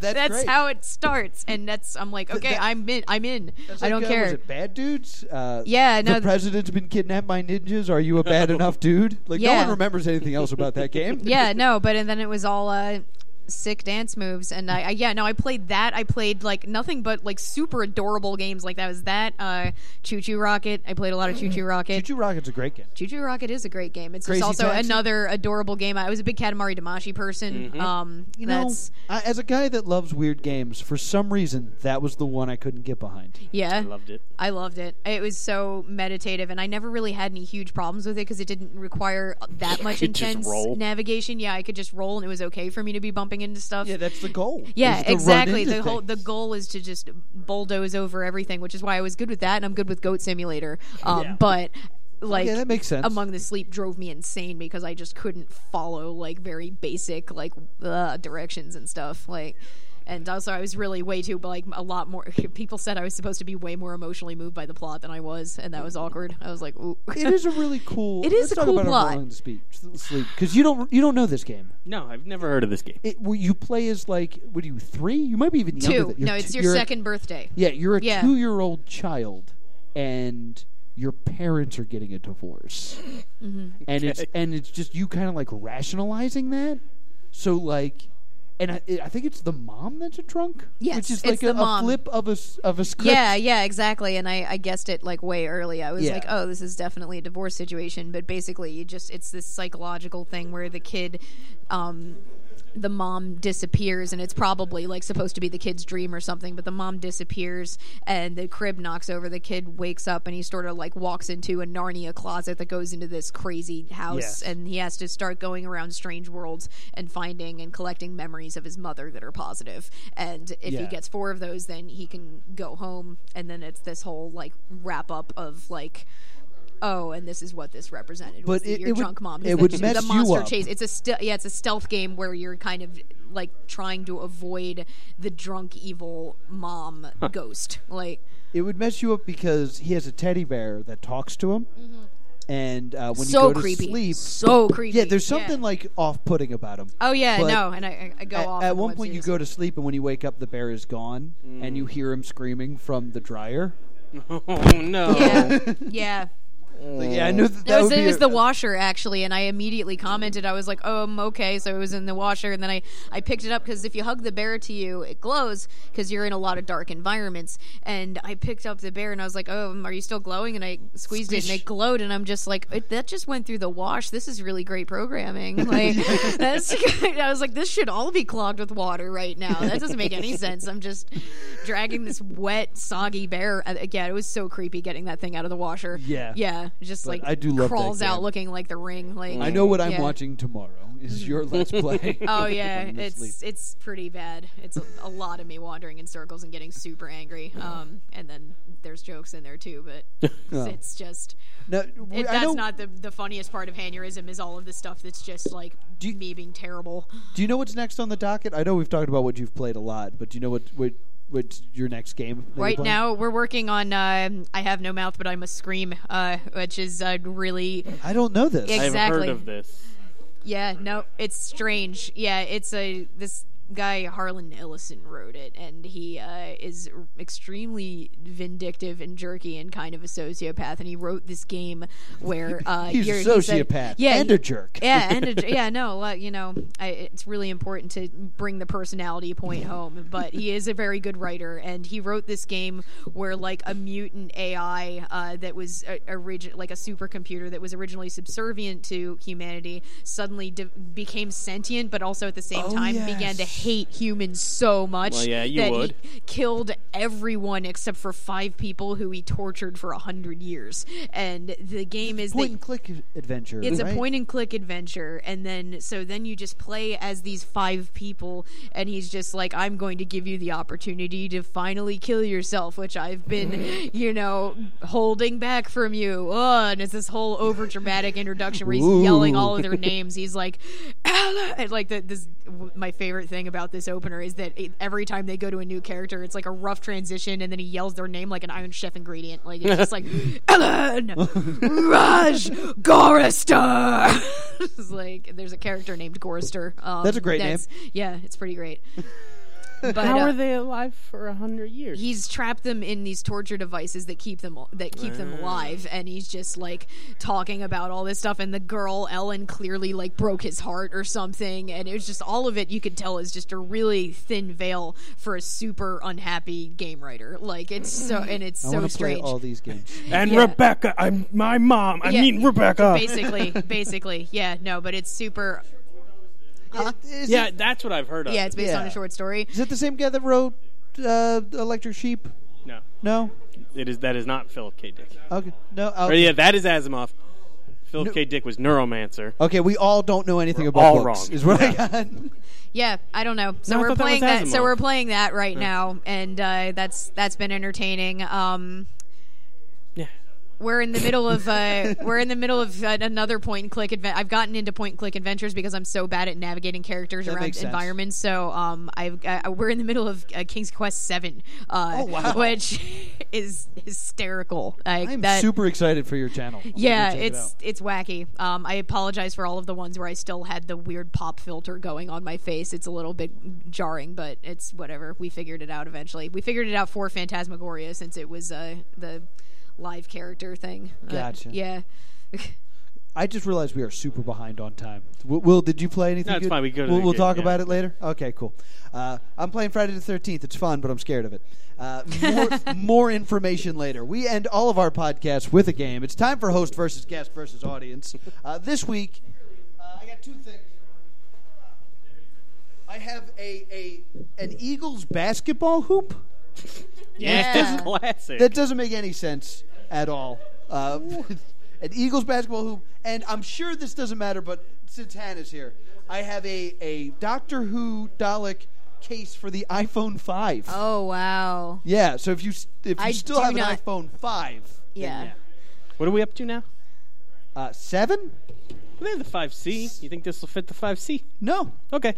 <laughs> that's great. how it starts, and that's I'm like, okay, that- I'm in. I'm in. It's I like, don't uh, care. Was it bad dudes? Uh, Yeah, no, The th- president's been kidnapped by ninjas. Are you a bad enough dude? Like no one Yeah. remembers anything else about that game. <laughs> yeah, no, but and then it was all uh, sick dance moves, and I, I yeah, no, I played that. I played like nothing but like super adorable games. Like that was that uh, Choo Choo Rocket. I played a lot of Choo Choo Rocket. Mm. Choo Rocket's a great game. Choo Choo Rocket is a great game. It's Crazy just also Taxi? Mm-hmm. another adorable game. I was a big Katamari Damacy person. Um, You know, that's I, as a guy that loves weird games, for some reason that was the one I couldn't get behind. yeah. I loved it. I loved it. It was so meditative, and I never really had any huge problems with it because it didn't require that much could just intense roll. navigation. Yeah, I could just roll, and it was okay for me to be bumping into stuff. Yeah, that's the goal. Yeah, is to run exactly. into The whole things. the goal is to just bulldoze over everything, which is why I was good with that, and I'm good with Goat Simulator. Um, But like, Yeah, that makes sense. Among the Sleep drove me insane because I just couldn't follow like very basic like uh, directions and stuff. Like, and also I was really way too like a lot more. <laughs> People said I was supposed to be way more emotionally moved by the plot than I was, and that was awkward. I was like, ooh. <laughs> it is a really cool. It is let's a talk cool about plot. Rolling to speak, sleep because you don't you don't know this game. No, I've never heard of this game. It, well, you play as like what are you three? You might be even younger. two. than- you're No, it's two- your you're a- second birthday. Yeah, you're a Yeah. two-year-old child, and your parents are getting a divorce, Mm-hmm. and it's and it's just you kind of like rationalizing that. So like, and I, I think it's the mom that's a drunk, Yes, which is it's like a, the a mom. flip of a s- of a script. Yeah, yeah, exactly. And I, I guessed it like way early. I was Yeah. like, oh, this is definitely a divorce situation. But basically, you just it's this psychological thing where the kid, um, the mom disappears, and it's probably like supposed to be the kid's dream or something. But the mom disappears, and the crib knocks over. The kid wakes up, and he sort of like walks into a Narnia closet that goes into this crazy house, Yes. and he has to start going around strange worlds and finding and collecting memories of his mother that are positive. And if he Yeah. gets gets four of those, then he can go home. And then it's this whole like wrap up of like, oh, and this is what this represented. was But the- it- your it would- drunk mom. it is the- would the, mess you monster up. chase. It's a ste- yeah, it's a stealth game where you're kind of like trying to avoid the drunk evil mom ghost. Like it would mess you up because he has a teddy bear that talks to him, and uh, when Mm-hmm. so you go creepy, to sleep, so creepy. yeah, there's something like off-putting about him. Oh yeah, but no, and I, I- I go at, off. at on one web point, you series. go to sleep, and when you wake up, the bear is gone, and you hear him screaming from the dryer. Oh no. Yeah, yeah. Like, yeah, I knew that, It that was, would it be was a- the washer actually, and I immediately commented. I was like, "Um, okay." So it was in the washer, and then I I picked it up because if you hug the bear to you, it glows because you're in a lot of dark environments. And I picked up the bear, and I was like, "Oh, um, are you still glowing?" And I squeezed it, and it glowed. And I'm just like, it, "That just went through the wash. This is really great <laughs> programming." Like that's. I was like, "This should all be clogged with water right now. That doesn't make any sense." I'm just dragging this wet, soggy bear. Uh, Yeah, it was so creepy getting that thing out of the washer. Yeah. Yeah, just like I do love that crawls out game. looking like the ring. Like I know what I'm yeah. watching tomorrow <laughs> is your let's play. Oh yeah, I'm it's asleep. it's pretty bad. It's a, a lot of me wandering in circles and getting super angry. Um, and then there's jokes in there too, <laughs> but it's just Now, we- it, I that's know- not the the funniest part of Hanurism is all of the stuff that's just like me being terrible. Do you know what's next on the docket? I know we've talked about what you've played a lot, but do you know what what what's your next game? that you're Right playing? now, we're working on uh, I have no mouth, but I must scream, uh, which is uh, really I don't know this. I've Ex- heard Exactly. of this. Yeah, no, it's strange. Yeah, it's a this guy Harlan Ellison wrote it, and he uh, is r- extremely vindictive and jerky and kind of a sociopath. And he wrote this game where uh, <laughs> He's you're, a he said- sociopath yeah, and he- a jerk. yeah, <laughs> and a, yeah, no, well, you know, I, it's really important to bring the personality point home. But he is a very good writer, and he wrote this game where like a mutant AI uh, that was uh, origin like a supercomputer that was originally subservient to humanity suddenly de- became sentient, but also at the same Oh, time began to yes. hate humans so much Well, yeah, you that would. he killed everyone except for five people who he tortured for a hundred years. And the game is Point that and click adventure. it's right? a point and click adventure, and then so then you just play as these five people, and he's just like, "I'm going to give you the opportunity to finally kill yourself, which I've been, you know, holding back from you." Oh, and it's this whole over dramatic introduction where he's yelling Ooh. all <laughs> of their names. He's like, "Ella," and like the, this. w- My favorite thing about this opener is that it, every time they go to a new character, it's like a rough transition, and then he yells their name like an Iron Chef ingredient. Like it's just <laughs> like Ellen. Raj Gorister. <laughs> It's like there's a character named Gorister. Um, That's a great Yeah, it's pretty <laughs> great. But How uh, are they alive for a hundred years? he's trapped them in these torture devices that keep them that keep them alive, and he's just like talking about all this stuff. And the girl Ellen clearly like broke his heart or something, and it was just all of it. You could tell is just a really thin veil for a super unhappy game writer. Like it's so Mm-hmm. and it's I so want to play strange. <laughs> all <laughs> these games. and yeah. Rebecca, I'm my mom. I Yeah. mean Rebecca. basically, basically, yeah, no, but it's super Uh-huh. Is Yeah, it, that's what I've heard of. Yeah, it's based on Yeah. a short story. is it the same guy that wrote uh, Electric Sheep? no, No. it is. That is not Philip K. Dick. Okay. No. Or, Okay. yeah, that is Asimov. Philip K. Dick was Neuromancer. Okay, we all don't know anything about all books. wrong. Is what I got. Yeah, I don't know. So No, I we're thought that playing was that. Asimov. So we're playing that right now, and uh, that's that's been entertaining. Um, Yeah. we're in the middle of uh, <laughs> we're in the middle of uh, another point and click adventure. I've gotten into point and click adventures because I'm so bad at navigating characters That around makes sense. environments. So um, I've I, we're in the middle of uh, King's Quest Seven, uh, Oh, wow. which <laughs> is hysterical. Like <laughs> I'm that, super excited for your channel. I'm gonna Yeah, check it it's out. it's wacky. Um, I apologize for all of the ones where I still had the weird pop filter going on my face. It's a little bit jarring, but it's whatever. We figured it out eventually. We figured it out for Phantasmagoria since it was uh, the live character thing. Uh, Gotcha. yeah. I just realized we are super behind on time. Will, Will did you play anything? No, it's good? fine. We go to We'll, the we'll game, talk yeah. about it later. Okay, cool. Uh, I'm playing Friday the 13th. It's fun, but I'm scared of it. Uh, <laughs> more, more information later. We end all of our podcasts with a game. It's time for host versus guest versus audience. Uh, this week, uh, I got two things. I have a, a an Eagles basketball hoop. Yeah, <laughs> that's classic. That doesn't make any sense at all. Uh, <laughs> an Eagles basketball hoop, and I'm sure this doesn't matter, but since Hannah's here, I have a, a Doctor Who Dalek case for the iPhone 5. Oh wow. Yeah, so if you s- if you I still do have an not- iPhone 5, then Yeah. what are we up to now? Uh, seven? Well, they have the five C. You think this will fit the five C? No, <laughs> Okay.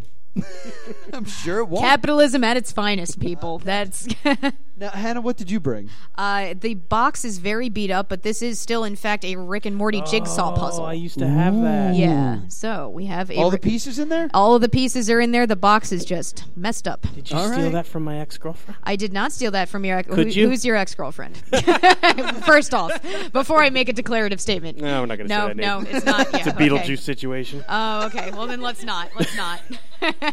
I'm sure it won't. Capitalism at its finest, people. That's <laughs> now, Hannah, what did you bring? uh, the box is very beat up, but this is still, in fact, a Rick and Morty jigsaw puzzle. Oh, I used to have that. yeah. So we have a All the Ri- pieces in there? All of the pieces are in there. The box is just messed up. Did you All steal right. that from my ex girlfriend? I did not steal that from your ex. Could you? Who's your ex girlfriend? <laughs> First off, before I make a declarative statement. No, we're not going to No, say that. no, name. it's <laughs> not. Yeah, it's a okay. Beetlejuice situation. Oh, okay. Well, then let's not. Let's not. Uh,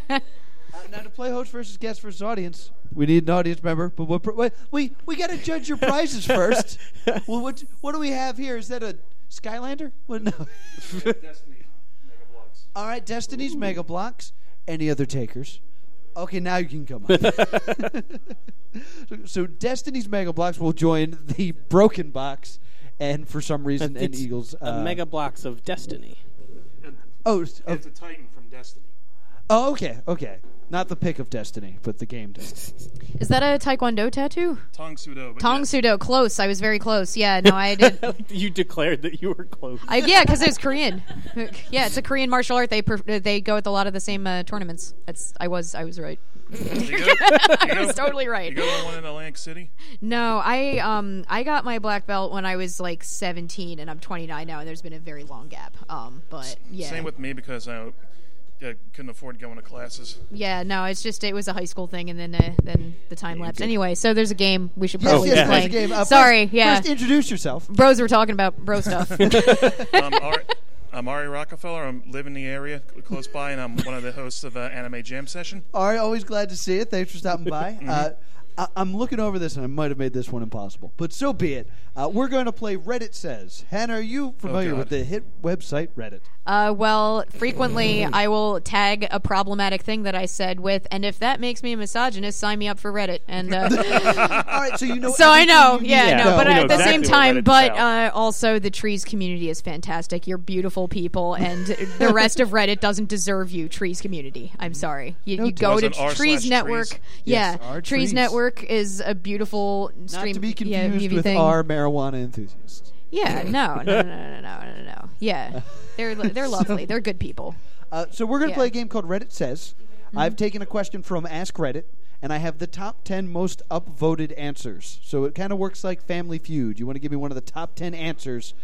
now, to play host versus guest versus audience, we need an audience member. But what? pri- Wait, we we got to judge <laughs> your prizes first. well, what what do we have here? Is that a Skylander? What? No. <laughs> All right, Destiny's Mega Blocks. Any other takers? Okay, now you can come up. <laughs> so, so Destiny's Mega Blocks will join the Broken Box, and for some reason, and It's Eagles. a uh, mega blocks of destiny. Oh, s- oh, It's a Titan from Destiny. oh, okay, okay. Not the pick of Destiny, but the game does. <laughs> Is that a Taekwondo tattoo? Tong Sudo. but Tong yes. Sudo. Close. I was very close. Yeah. No, I <laughs> did. <laughs> you declared that you were close. I, yeah, because it was Korean. Yeah, it's a Korean martial art. They per- they go with a lot of the same uh, tournaments. That's I was I was right. You go, you <laughs> I was totally right. You go to one in Atlantic City? No, I um I got my black belt when I was like 17 and I'm 29 now and there's been a very long gap. Um but yeah. Same with me because I uh, couldn't afford going to classes. yeah, no, it's just it was a high school thing and then uh, then the time lapse. Anyway, so there's a game we should Yes, probably yes, yeah. be there's a playing. game. Uh, Sorry, first- yeah. First, introduce yourself. Bros were talking about bro <laughs> stuff. <laughs> Um, Ari, I'm Ari Rockefeller. I'm live in the area c- close by, and I'm one of the hosts of uh, Anime Jam Session. Ari, always glad to see you. Thanks for stopping by. Uh, I- I'm looking over this, and I might have made this one impossible, but so be it. Uh, we're going to play Reddit Says. Hannah, are you familiar God. with the hit website Reddit? Uh, well, frequently I will tag a problematic thing that I said with, and if that makes me a misogynist, sign me up for Reddit. And uh, <laughs> All right, so you know. so I everything know, you yeah, need to no, know. but We at know the exactly same what time, Reddit's but uh, about. also the trees community is fantastic. You're beautiful people, and <laughs> the rest of Reddit doesn't deserve you. Trees community, I'm sorry. You, you go Was to it r Trees slash Network. trees? Yeah, Yes, r trees. trees. Network is a beautiful Not stream. to be yeah, confused movie with thing. our marijuana enthusiasts. Yeah, no, no, no, no, no, no, no, no. <laughs> Yeah, they're they're lovely. They're good people. Uh, so we're going Yeah. to Mm-hmm. play a game called Reddit Says. I've taken a question from Ask Reddit, and I have the top 10 most upvoted answers. So it kind of works like Family Feud. You want to give me one of the top 10 answers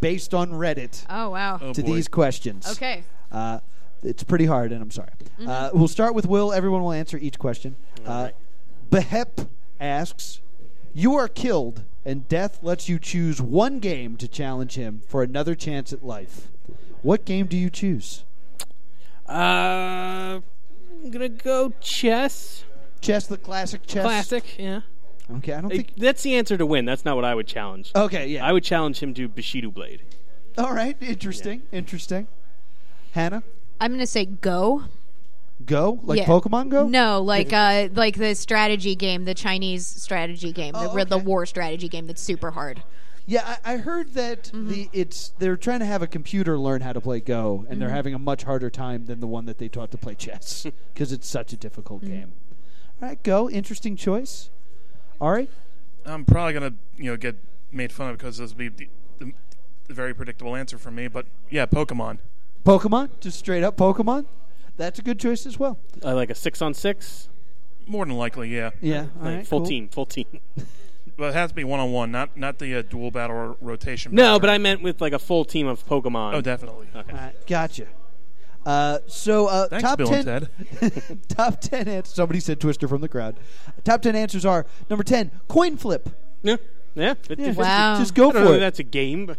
based on Reddit Oh wow. Oh, to boy. these questions. Okay. Mm-hmm. Uh, it's pretty hard, and I'm sorry. Uh, we'll start with Will. Everyone will answer each question. Uh, Behep asks, "You are killed, and death lets you choose one game to challenge him for another chance at life. What game do you choose? Uh, I'm gonna go chess. Chess, the classic chess. Classic. Yeah. Okay, I don't think. That's the answer to win. That's not what I would challenge. Okay, yeah. I would challenge him to Bushido Blade. All right, interesting, interesting. Hannah, I'm gonna say go. go like Yeah. Pokemon Go. No, like uh, like the strategy game, the Chinese strategy game, the, Oh, the okay. war strategy game that's super hard. Yeah, I, I heard that Mm-hmm. the it's they're trying to have a computer learn how to play Go, and Mm-hmm. they're having a much harder time than the one that they taught to <laughs> play chess because it's such a difficult Mm-hmm. game. All right, Go, interesting choice. Ari, I'm probably gonna you know get made fun of because this would be the, the, the very predictable answer for me. But yeah, Pokemon. Pokemon, just straight up Pokemon. That's a good choice as well. Uh, like a six on six. More than likely, yeah. Yeah, all Like right, full cool. team. Full <laughs> team. But it has to be one on one, not not the uh, dual battle or rotation. no, pattern. but I meant with like a full team of Pokemon. oh definitely. Okay. All right, gotcha. Uh, so uh, Thanks, top Bill ten. and Ted. <laughs> top ten answers. Somebody said Twister from the crowd. Top ten answers are number ten, coin flip. Yeah. Yeah. fifty- fifty. Wow. Just go I don't for know it. if that's a game. But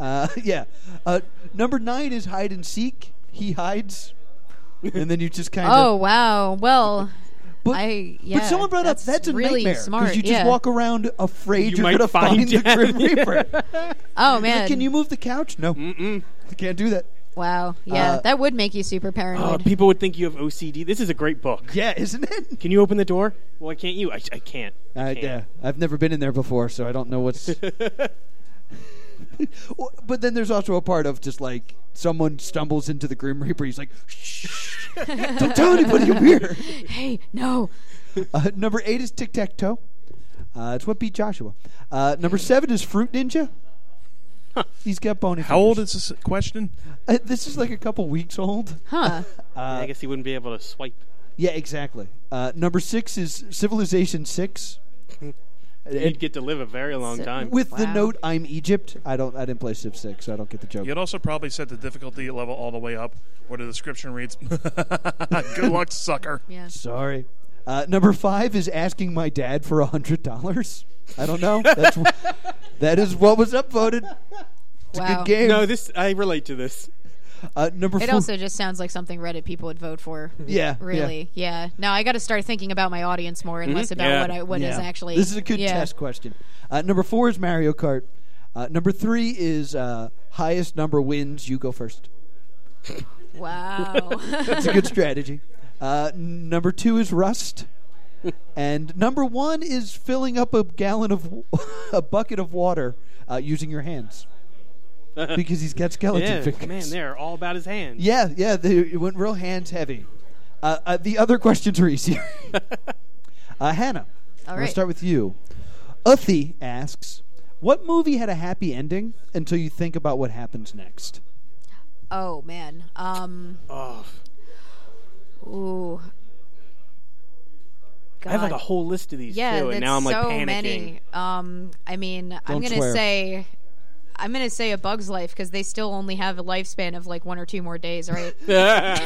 Uh, <laughs> yeah. Uh, number nine is hide and seek. He hides, and then you just kind Oh of. wow. Well, but, I but yeah. someone brought that's up that's a really nightmare smart, you just yeah. walk around afraid You are might going to find find the Jack. Grim Reaper. Oh man. Can you move the couch? No, Mm-mm. can't do that. Wow. Yeah, Uh, that would make you super uh, paranoid. people would think you have OCD. This is a great book. Yeah, isn't <laughs> it? Can you open the door? Why can't you? I, I can't. I Uh, can't. yeah, I've never been in there before, so I don't know <laughs> what's. Well, but then there's also a part of just like someone stumbles into the Grim Reaper. He's like, "Shh, don't tell anybody I'm here." hey, no. Uh, number eight is Tic Tac Toe. Uh, it's what beat Joshua. Uh, number seven is Fruit Ninja. He's got bony. How old is this question? Uh, this is like a couple weeks old. <laughs> Huh. I guess he wouldn't be able to swipe. Yeah, exactly. Uh, number six is Civilization <laughs> Six. He'd get to live a very long So- time. With the Wow. note, I'm Egypt. I don't. I didn't play Civ Six, so I don't get the joke. You'd also probably set the difficulty level all the way up, where the description reads, <laughs> "Good luck, sucker." Yeah. Sorry. Uh, number five is asking my dad for a hundred dollars. I don't know. <laughs> That's wh- that is what was upvoted. It's a Wow. good game. no, this I relate to this. uh, number It four. also just sounds like something Reddit people would vote for. <laughs> yeah, yeah. Really, yeah. Now I got to start thinking about my audience more and less about Yeah. what I what is Mm-hmm. Yeah. actually. This is a good yeah. test question. Uh, number four is Mario Kart. Uh, number three is uh, highest number wins. You go first. <laughs> Wow. <laughs> That's a good strategy. Uh, n- number two is Rust, and number one is filling up a gallon of w- <laughs> a bucket of water uh, using <laughs> your hands because he's got skeleton Yeah, fingers. man, they're all about his hands. Yeah, yeah, they, it went real hands heavy. Uh, uh, the other questions are <laughs> easier. uh, Hannah, All I'll right. start with you. Uthi asks, "What movie had a happy ending until you think about what happens next?" Oh man. Um. Oh, Ooh. God. I have like a whole list of these yeah. too, and that's now I'm like so panicking. <laughs> many. Um. I mean, I'm Don't gonna swear. say. I'm gonna say a bug's life because they still only have a lifespan of like one or two more days, <laughs> right? yeah,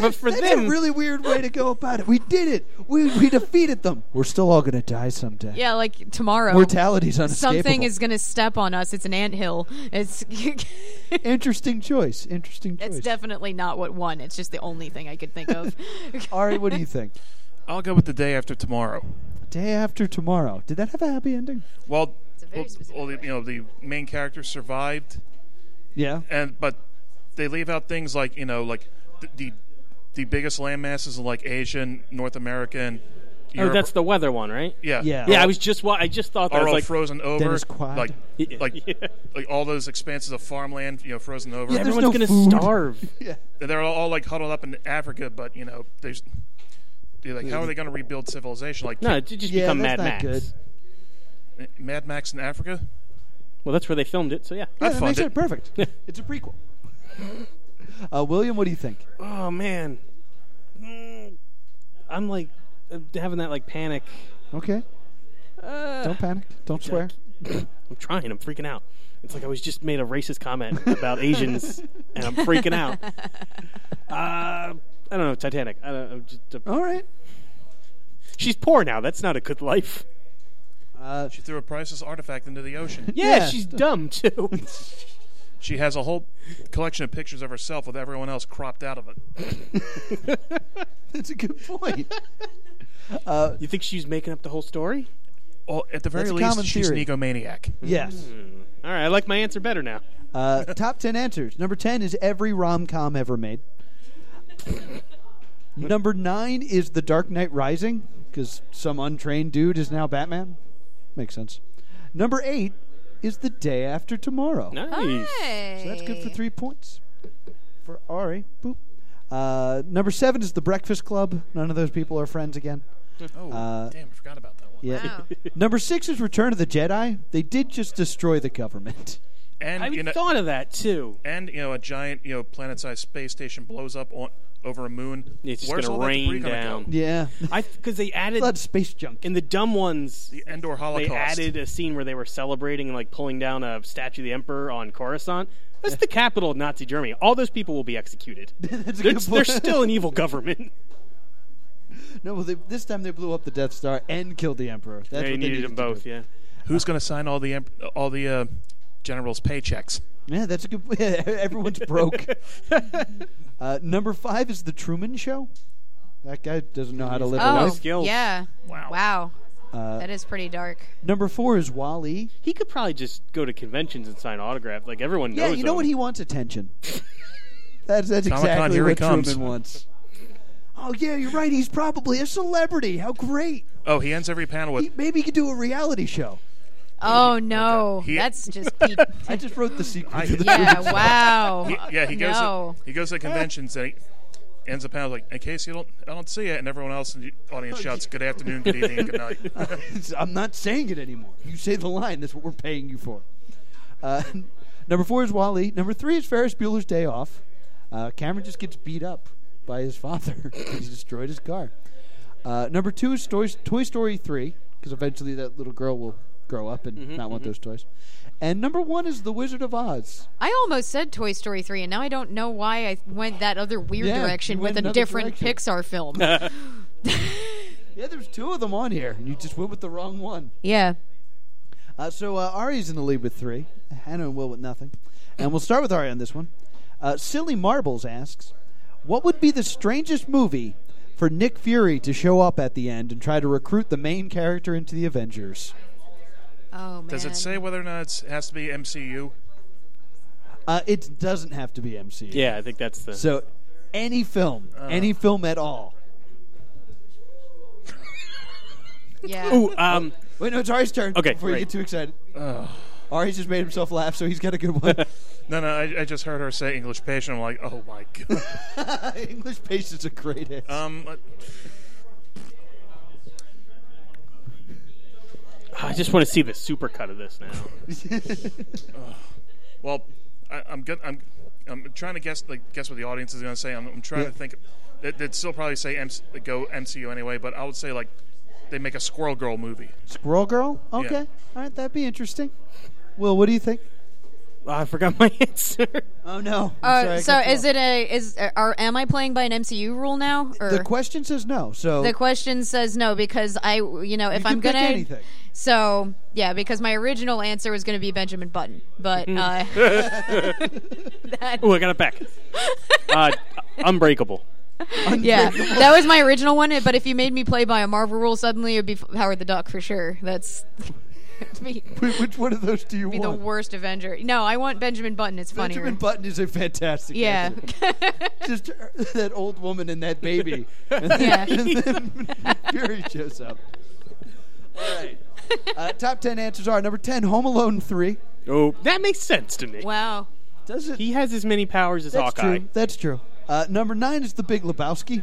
but for That's them, a really weird way to go about it. We did it. We we defeated them. We're still all gonna die someday. yeah, like tomorrow. Mortality's unescapable. Something is gonna step on us. It's an anthill. It's <laughs> interesting choice. Interesting choice. it's definitely not what won. It's just the only thing I could think of. <laughs> Ari, what do <laughs> you think? I'll go with the day after tomorrow. Day after tomorrow. Did that have a happy ending? Well, a very well, specific well, the- way. you know, the main character survived, Yeah. and but they leave out things like you know like the the, the biggest land masses of like Asia, and North America, and Oh, Europe. that's the weather one, right? yeah, Yeah. Yeah, I was just wa- I just thought that Are was all like frozen over, Dennis Quaid. like <laughs> Yeah. <laughs> like like all those expanses of farmland, you know, frozen over. yeah, there's everyone's gonna no food. starve. <laughs> They're all, all, like huddled up in Africa, but you know, there's they're like, how are they going to rebuild civilization? Like No, it just Yeah, become that's Mad not Max. good. Mad Max in Africa? Well, that's where they filmed it. So yeah. Yeah, I'd that fund makes it. <laughs> it perfect. it's a prequel. <laughs> Uh, William, what do you think? Oh man, Mm, I'm like uh, having that like panic. Okay. Uh, Don't panic. Don't swear. I'm trying. I'm freaking out. It's like I was just made a racist comment <laughs> about Asians, and I'm freaking out. Uh, I don't know Titanic. I don't, I'm just, uh, All right. She's poor now. That's not a good life. Uh, She threw a priceless artifact into <laughs> the ocean. Yeah, Yeah. she's dumb too. She has a whole collection of pictures of herself with everyone else cropped out of it. <laughs> that's a good <laughs> point. you think she's making up the whole story? Well, at the very That's a least, common she's theory. an egomaniac. yes. All right, I like my answer better now. Uh, top 10 answers. Number 10 is every rom com ever made. Number 9 is The Dark Knight Rising, because some untrained dude is now Batman. Makes sense. Number 8 is The Day After Tomorrow. Nice. So that's good for three points for Ari. Boop. Uh, number 7 is The Breakfast Club. None of those people are friends again. Oh, damn, I forgot about that one. Uh, Yeah. Wow. <laughs> number 6 is Return of the Jedi. They did just destroy the government. And, I you know, thought of that too. and you know, a giant, you know, planet-sized space station blows up on over a moon. It's just Where's gonna all that debris rain gonna go? down. Yeah. <laughs> I because they A added lot of space junk. in the dumb ones. The Endor they Holocaust. added a scene where they were celebrating and like pulling down a statue of the emperor on Coruscant. That's the capital of Nazi Germany. All those people will be executed. <laughs> That's a they're, good they're point. still an evil <laughs> government. No, well, they, this time they blew up the Death Star and killed the Emperor. That's they what needed them both. Yeah. Who's going to sign all the em- all the uh, generals' paychecks? Yeah, that's a good. <laughs> Yeah, <laughs> everyone's broke. uh, number five is the Truman Show. That guy doesn't know how to live a Oh, life. skills. yeah. Wow. Wow. that is pretty dark. Number four is Wally. He could probably just go to conventions and sign autographs. Like everyone Yeah, knows. you know him. what he wants? Attention. <laughs> that's that's Comic-Con, exactly here he what comes. Truman wants. Oh yeah, you're right. He's probably a celebrity. How great! Oh, he ends every panel with He, maybe he could do a reality show. Oh no, He- that's just peak. I just wrote the sequel. I- to the yeah. Wow. yeah. He goes No. to, he goes to conventions and he ends the panel like, in case you don't I don't see it, and everyone else in the Oh, audience shouts, "Good afternoon, good evening, good <laughs> night." I'm not saying it anymore. You say the line. That's what we're paying you for. Uh, <laughs> number four is Wally. Number three is Ferris Bueller's Day Off. Uh, Cameron just gets beat up by his father <laughs> because he destroyed his car. Uh, number two is Toy, Toy Story 3 because eventually that little girl will grow up and not want those toys. And number one is The Wizard of Oz. I almost said Toy Story 3, and now I don't know why I went that other weird Yeah, direction you with went a another different direction. Pixar film. Yeah, there's two of them on here, and you just went with the wrong one. yeah. Uh, so uh, Ari's in the lead with three. Hannah and Will with nothing. And we'll start with Ari on this one. Uh, Silly Marbles asks, "What would be the strangest movie for Nick Fury to show up at the end and try to recruit the main character into the Avengers?" Oh man. Does it say whether or not it's, it has to be MCU? Uh, it doesn't have to be MCU. Yeah, Uh. I think that's the. So any film, any film at all. Yeah. Ooh, <laughs> um, Wait, no, it's Ari's turn. Okay, before you great. get too excited. Ari's just made himself laugh, so he's got <laughs> a good one. <laughs> No, no. I, I just heard her say English patient. I'm like, oh my <laughs> god. English patience is a great hit. um, uh, I just want to see the supercut of this now. <laughs> well, I, I'm good. I'm I'm trying to guess like guess what the audience is going to say. I'm, I'm trying Yeah. to think. They, would still probably say MC, go MCU anyway, but I would say like they make a Squirrel Girl <laughs> movie. Squirrel Girl? Okay. All right, that'd be interesting. Will, what do you think? Oh, I forgot my <laughs> answer. Oh no. Uh, so is it a is uh, are am I playing by an MCU rule now? Or The question says no. So the question says no because I you know if you I'm can pick gonna anything. so yeah because my original answer was gonna be Benjamin Button but uh, Oh, I got it <laughs> back. Uh, Unbreakable. <laughs> <laughs> yeah that was my original one but if you made me play by a Marvel rule suddenly it'd be Howard the Duck for sure that's <laughs> It'd be, it'd Wh- Which one of those do you be the want? worst Avenger. No, I want Benjamin Button. It's funnier. Benjamin Button is a fantastic. yeah. actor. just uh, <laughs> that old woman and <laughs> that baby, <laughs> and then, yeah. and then Fury shows up. <laughs> All right. Uh, top ten answers are number ten, Home Alone three. Oh, that makes sense to me. <laughs> Wow. Does it? He has as many powers as That's Hawkeye. true. That's true. Uh, number nine is The Big Lebowski.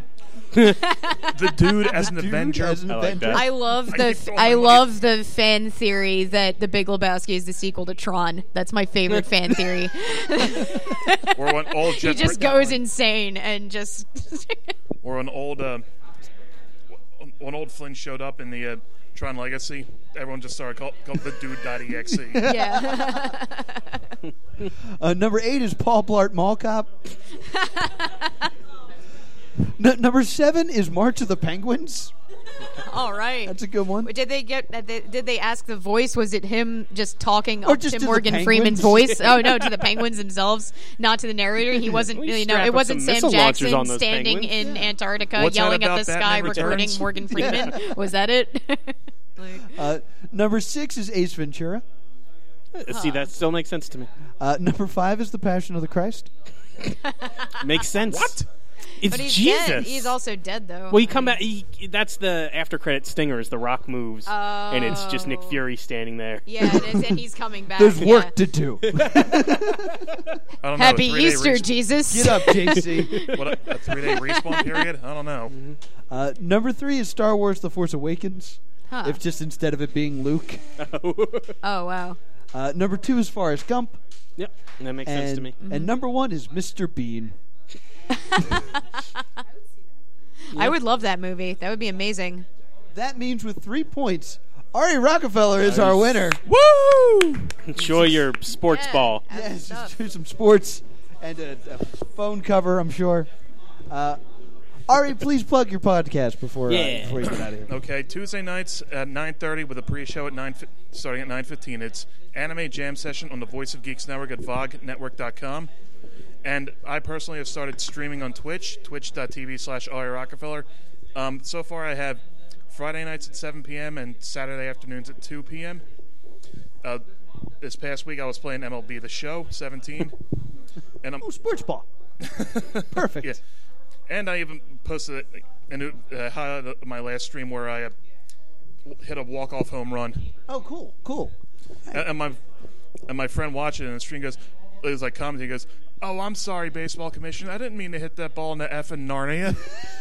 The dude as an Dude Avenger. as an I like Avenger. that. I love Are you the throwing I money? love the fan theory that The Big Lebowski is the sequel to Tron. That's my <laughs> favorite fan theory. Or an old he Jeff just Bridges- goes insane and just <laughs> Or an old. Uh, w- when old Flynn showed up in the uh, Tron Legacy, everyone just started called, called the dude.exe. yeah. Uh, number eight is Paul Blart <laughs> Mall Cop. N- number seven is March of the Penguins. <laughs> All right. That's a good one. Did they get? Did they, did they ask the voice? Was it him just talking Or up just to to the Morgan penguins? Freeman's <laughs> voice? Oh no, to the penguins themselves, not to the narrator. He wasn't. We You know, strap it up wasn't some Sam missile launchers Jackson on those standing penguins. in Antarctica What's that yelling at about the Batman sky, recording <laughs> Returns? Morgan Freeman. Was that it? <laughs> Uh, number six is Ace Ventura. See, that still makes sense to me. Uh, number five is The Passion of the Christ. Makes sense. What? It's but he's Jesus. dead. He's also dead though. Well, he come back. He, that's the after credit stinger. Is the Rock moves, and it's just Nick Oh. Fury standing there. yeah, it is, <laughs> and he's coming back. There's yeah. work <laughs> to do. I don't know, a Happy Oh, three-day Easter, res- Jesus. Get up, JC. What, a, a three day respawn period? I don't know. Uh, number three is Star Wars: The Force Awakens. Huh. If just instead of it being Luke. <laughs> Oh wow. Uh, number two is Forrest Gump, Yep, that makes sense and to me. Mm-hmm. and number one is Mr. Bean. I would love that movie. That would be amazing. That means with three points, Ari Rockefeller is our winner. Woo! Enjoy your sports Yeah. ball. Yes, just do some sports and a, a phone cover, I'm sure. Uh, Ari, please plug your podcast before, uh, Yeah. before you get out of <laughs> here. Okay, Tuesday nights at 9.30 with a pre-show at 9, fi- starting at 9.15. It's Anime Jam Session on the Voice of Geeks Network at vognetwork.com. And I personally have started streaming on Twitch, twitch.tv slash Ari Rockefeller. Um, so far I have Friday nights at 7 p.m. and Saturday afternoons at 2 p.m. Uh, this past week I was playing MLB The Show 17. and I'm, Oh, <laughs> sports ball. Perfect. Yeah. And I even posted a, a new, uh, highlight of my last stream where I uh, hit a walk off home run, Oh, cool, cool. and, and my and my friend watched it, and the stream goes, it was like commenting, he goes, "Oh, I'm sorry, baseball commissioner, I didn't mean to hit that ball in the effing Narnia." <laughs>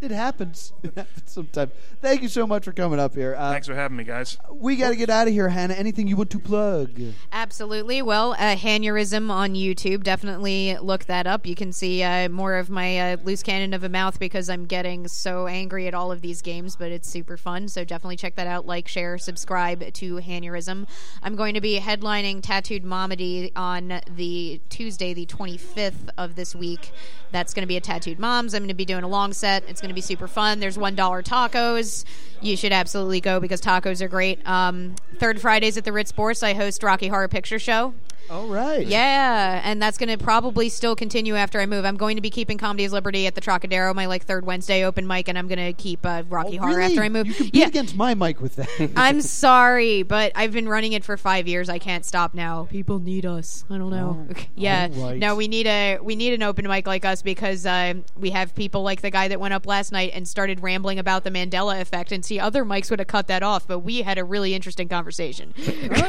It happens. <laughs> It happens sometimes. Thank you so much for coming up here. Uh, Thanks for having me, guys. We got to get out of here, Hannah. Anything you want to plug? Absolutely. Well, uh, Hanurism on YouTube. Definitely look that up. You can see uh, more of my uh, loose cannon of a mouth because I'm getting so angry at all of these games, but it's super fun. So definitely check that out. Like, share, subscribe to Hanurism. I'm going to be headlining Tattooed Momedy on the Tuesday, the 25th of this week. That's going to be a Tattooed Moms. I'm going to be doing a long set. It's going to be super fun. There's $1 tacos. You should absolutely go because tacos are great. Um, third Fridays at the Ritz Bourse, I host Rocky Horror Picture Show. All right. Yeah, and that's going to probably still continue after I move. I'm going to be keeping Comedy is Liberty at the Trocadero, my like third Wednesday open mic, and I'm going to keep uh, Oh, Rocky really? Horror after I move. You compete yeah, against my mic <laughs> with that. I'm sorry, but I've been running it for five years. I can't stop now. People need us. I don't know. Oh, yeah, all right. no, we need a we need an open mic like us because uh, we have people like the guy that went up last night and started rambling about the Mandela effect. And see, other mics would have cut that off, but we had a really interesting <laughs> conversation.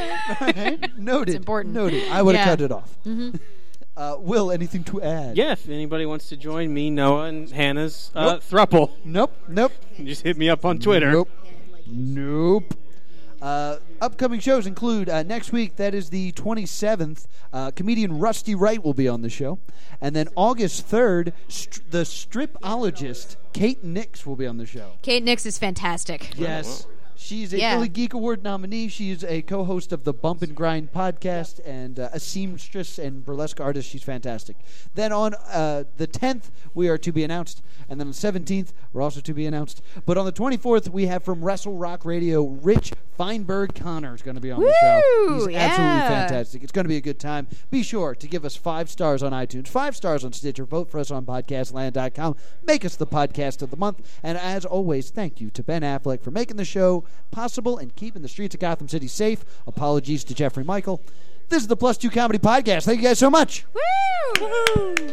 <laughs> Noted. important. Noted. I would have Yeah. Mm-hmm. cut it off. <laughs> Uh, Will, anything to add? Yeah, if anybody wants to join me, Noah and Hannah's uh, <laughs> thruple, Nope. Nope. just hit me up on Twitter. Nope. Nope. Uh, upcoming shows include uh, next week, that is the 27th, uh, comedian Rusty Wright will be on the show. And then August 3rd, str the stripologist Kate Nix will be on the show. Kate Nix is fantastic. Yes. She's a Yeah. Philly Geek Award nominee. She is a co host of the Bump and Grind podcast and uh, a seamstress and burlesque artist. She's fantastic. Then on uh, the 10th, we are to be announced. And then on the 17th, we're also to be announced. But on the 24th, we have from Wrestle Rock Radio, Rich Feinberg Connor is going to be on the show. Woo! He's Yeah. absolutely fantastic. It's going to be a good time. Be sure to give us five stars on iTunes, five stars on Stitcher, vote for us on podcastland.com, make us the podcast of the month. And as always, thank you to Ben Affleck for making the show possible and keeping the streets of Gotham City safe. Apologies to Jeffrey Michael. This is the Plus Two Comedy Podcast. Thank you guys so much. Woo!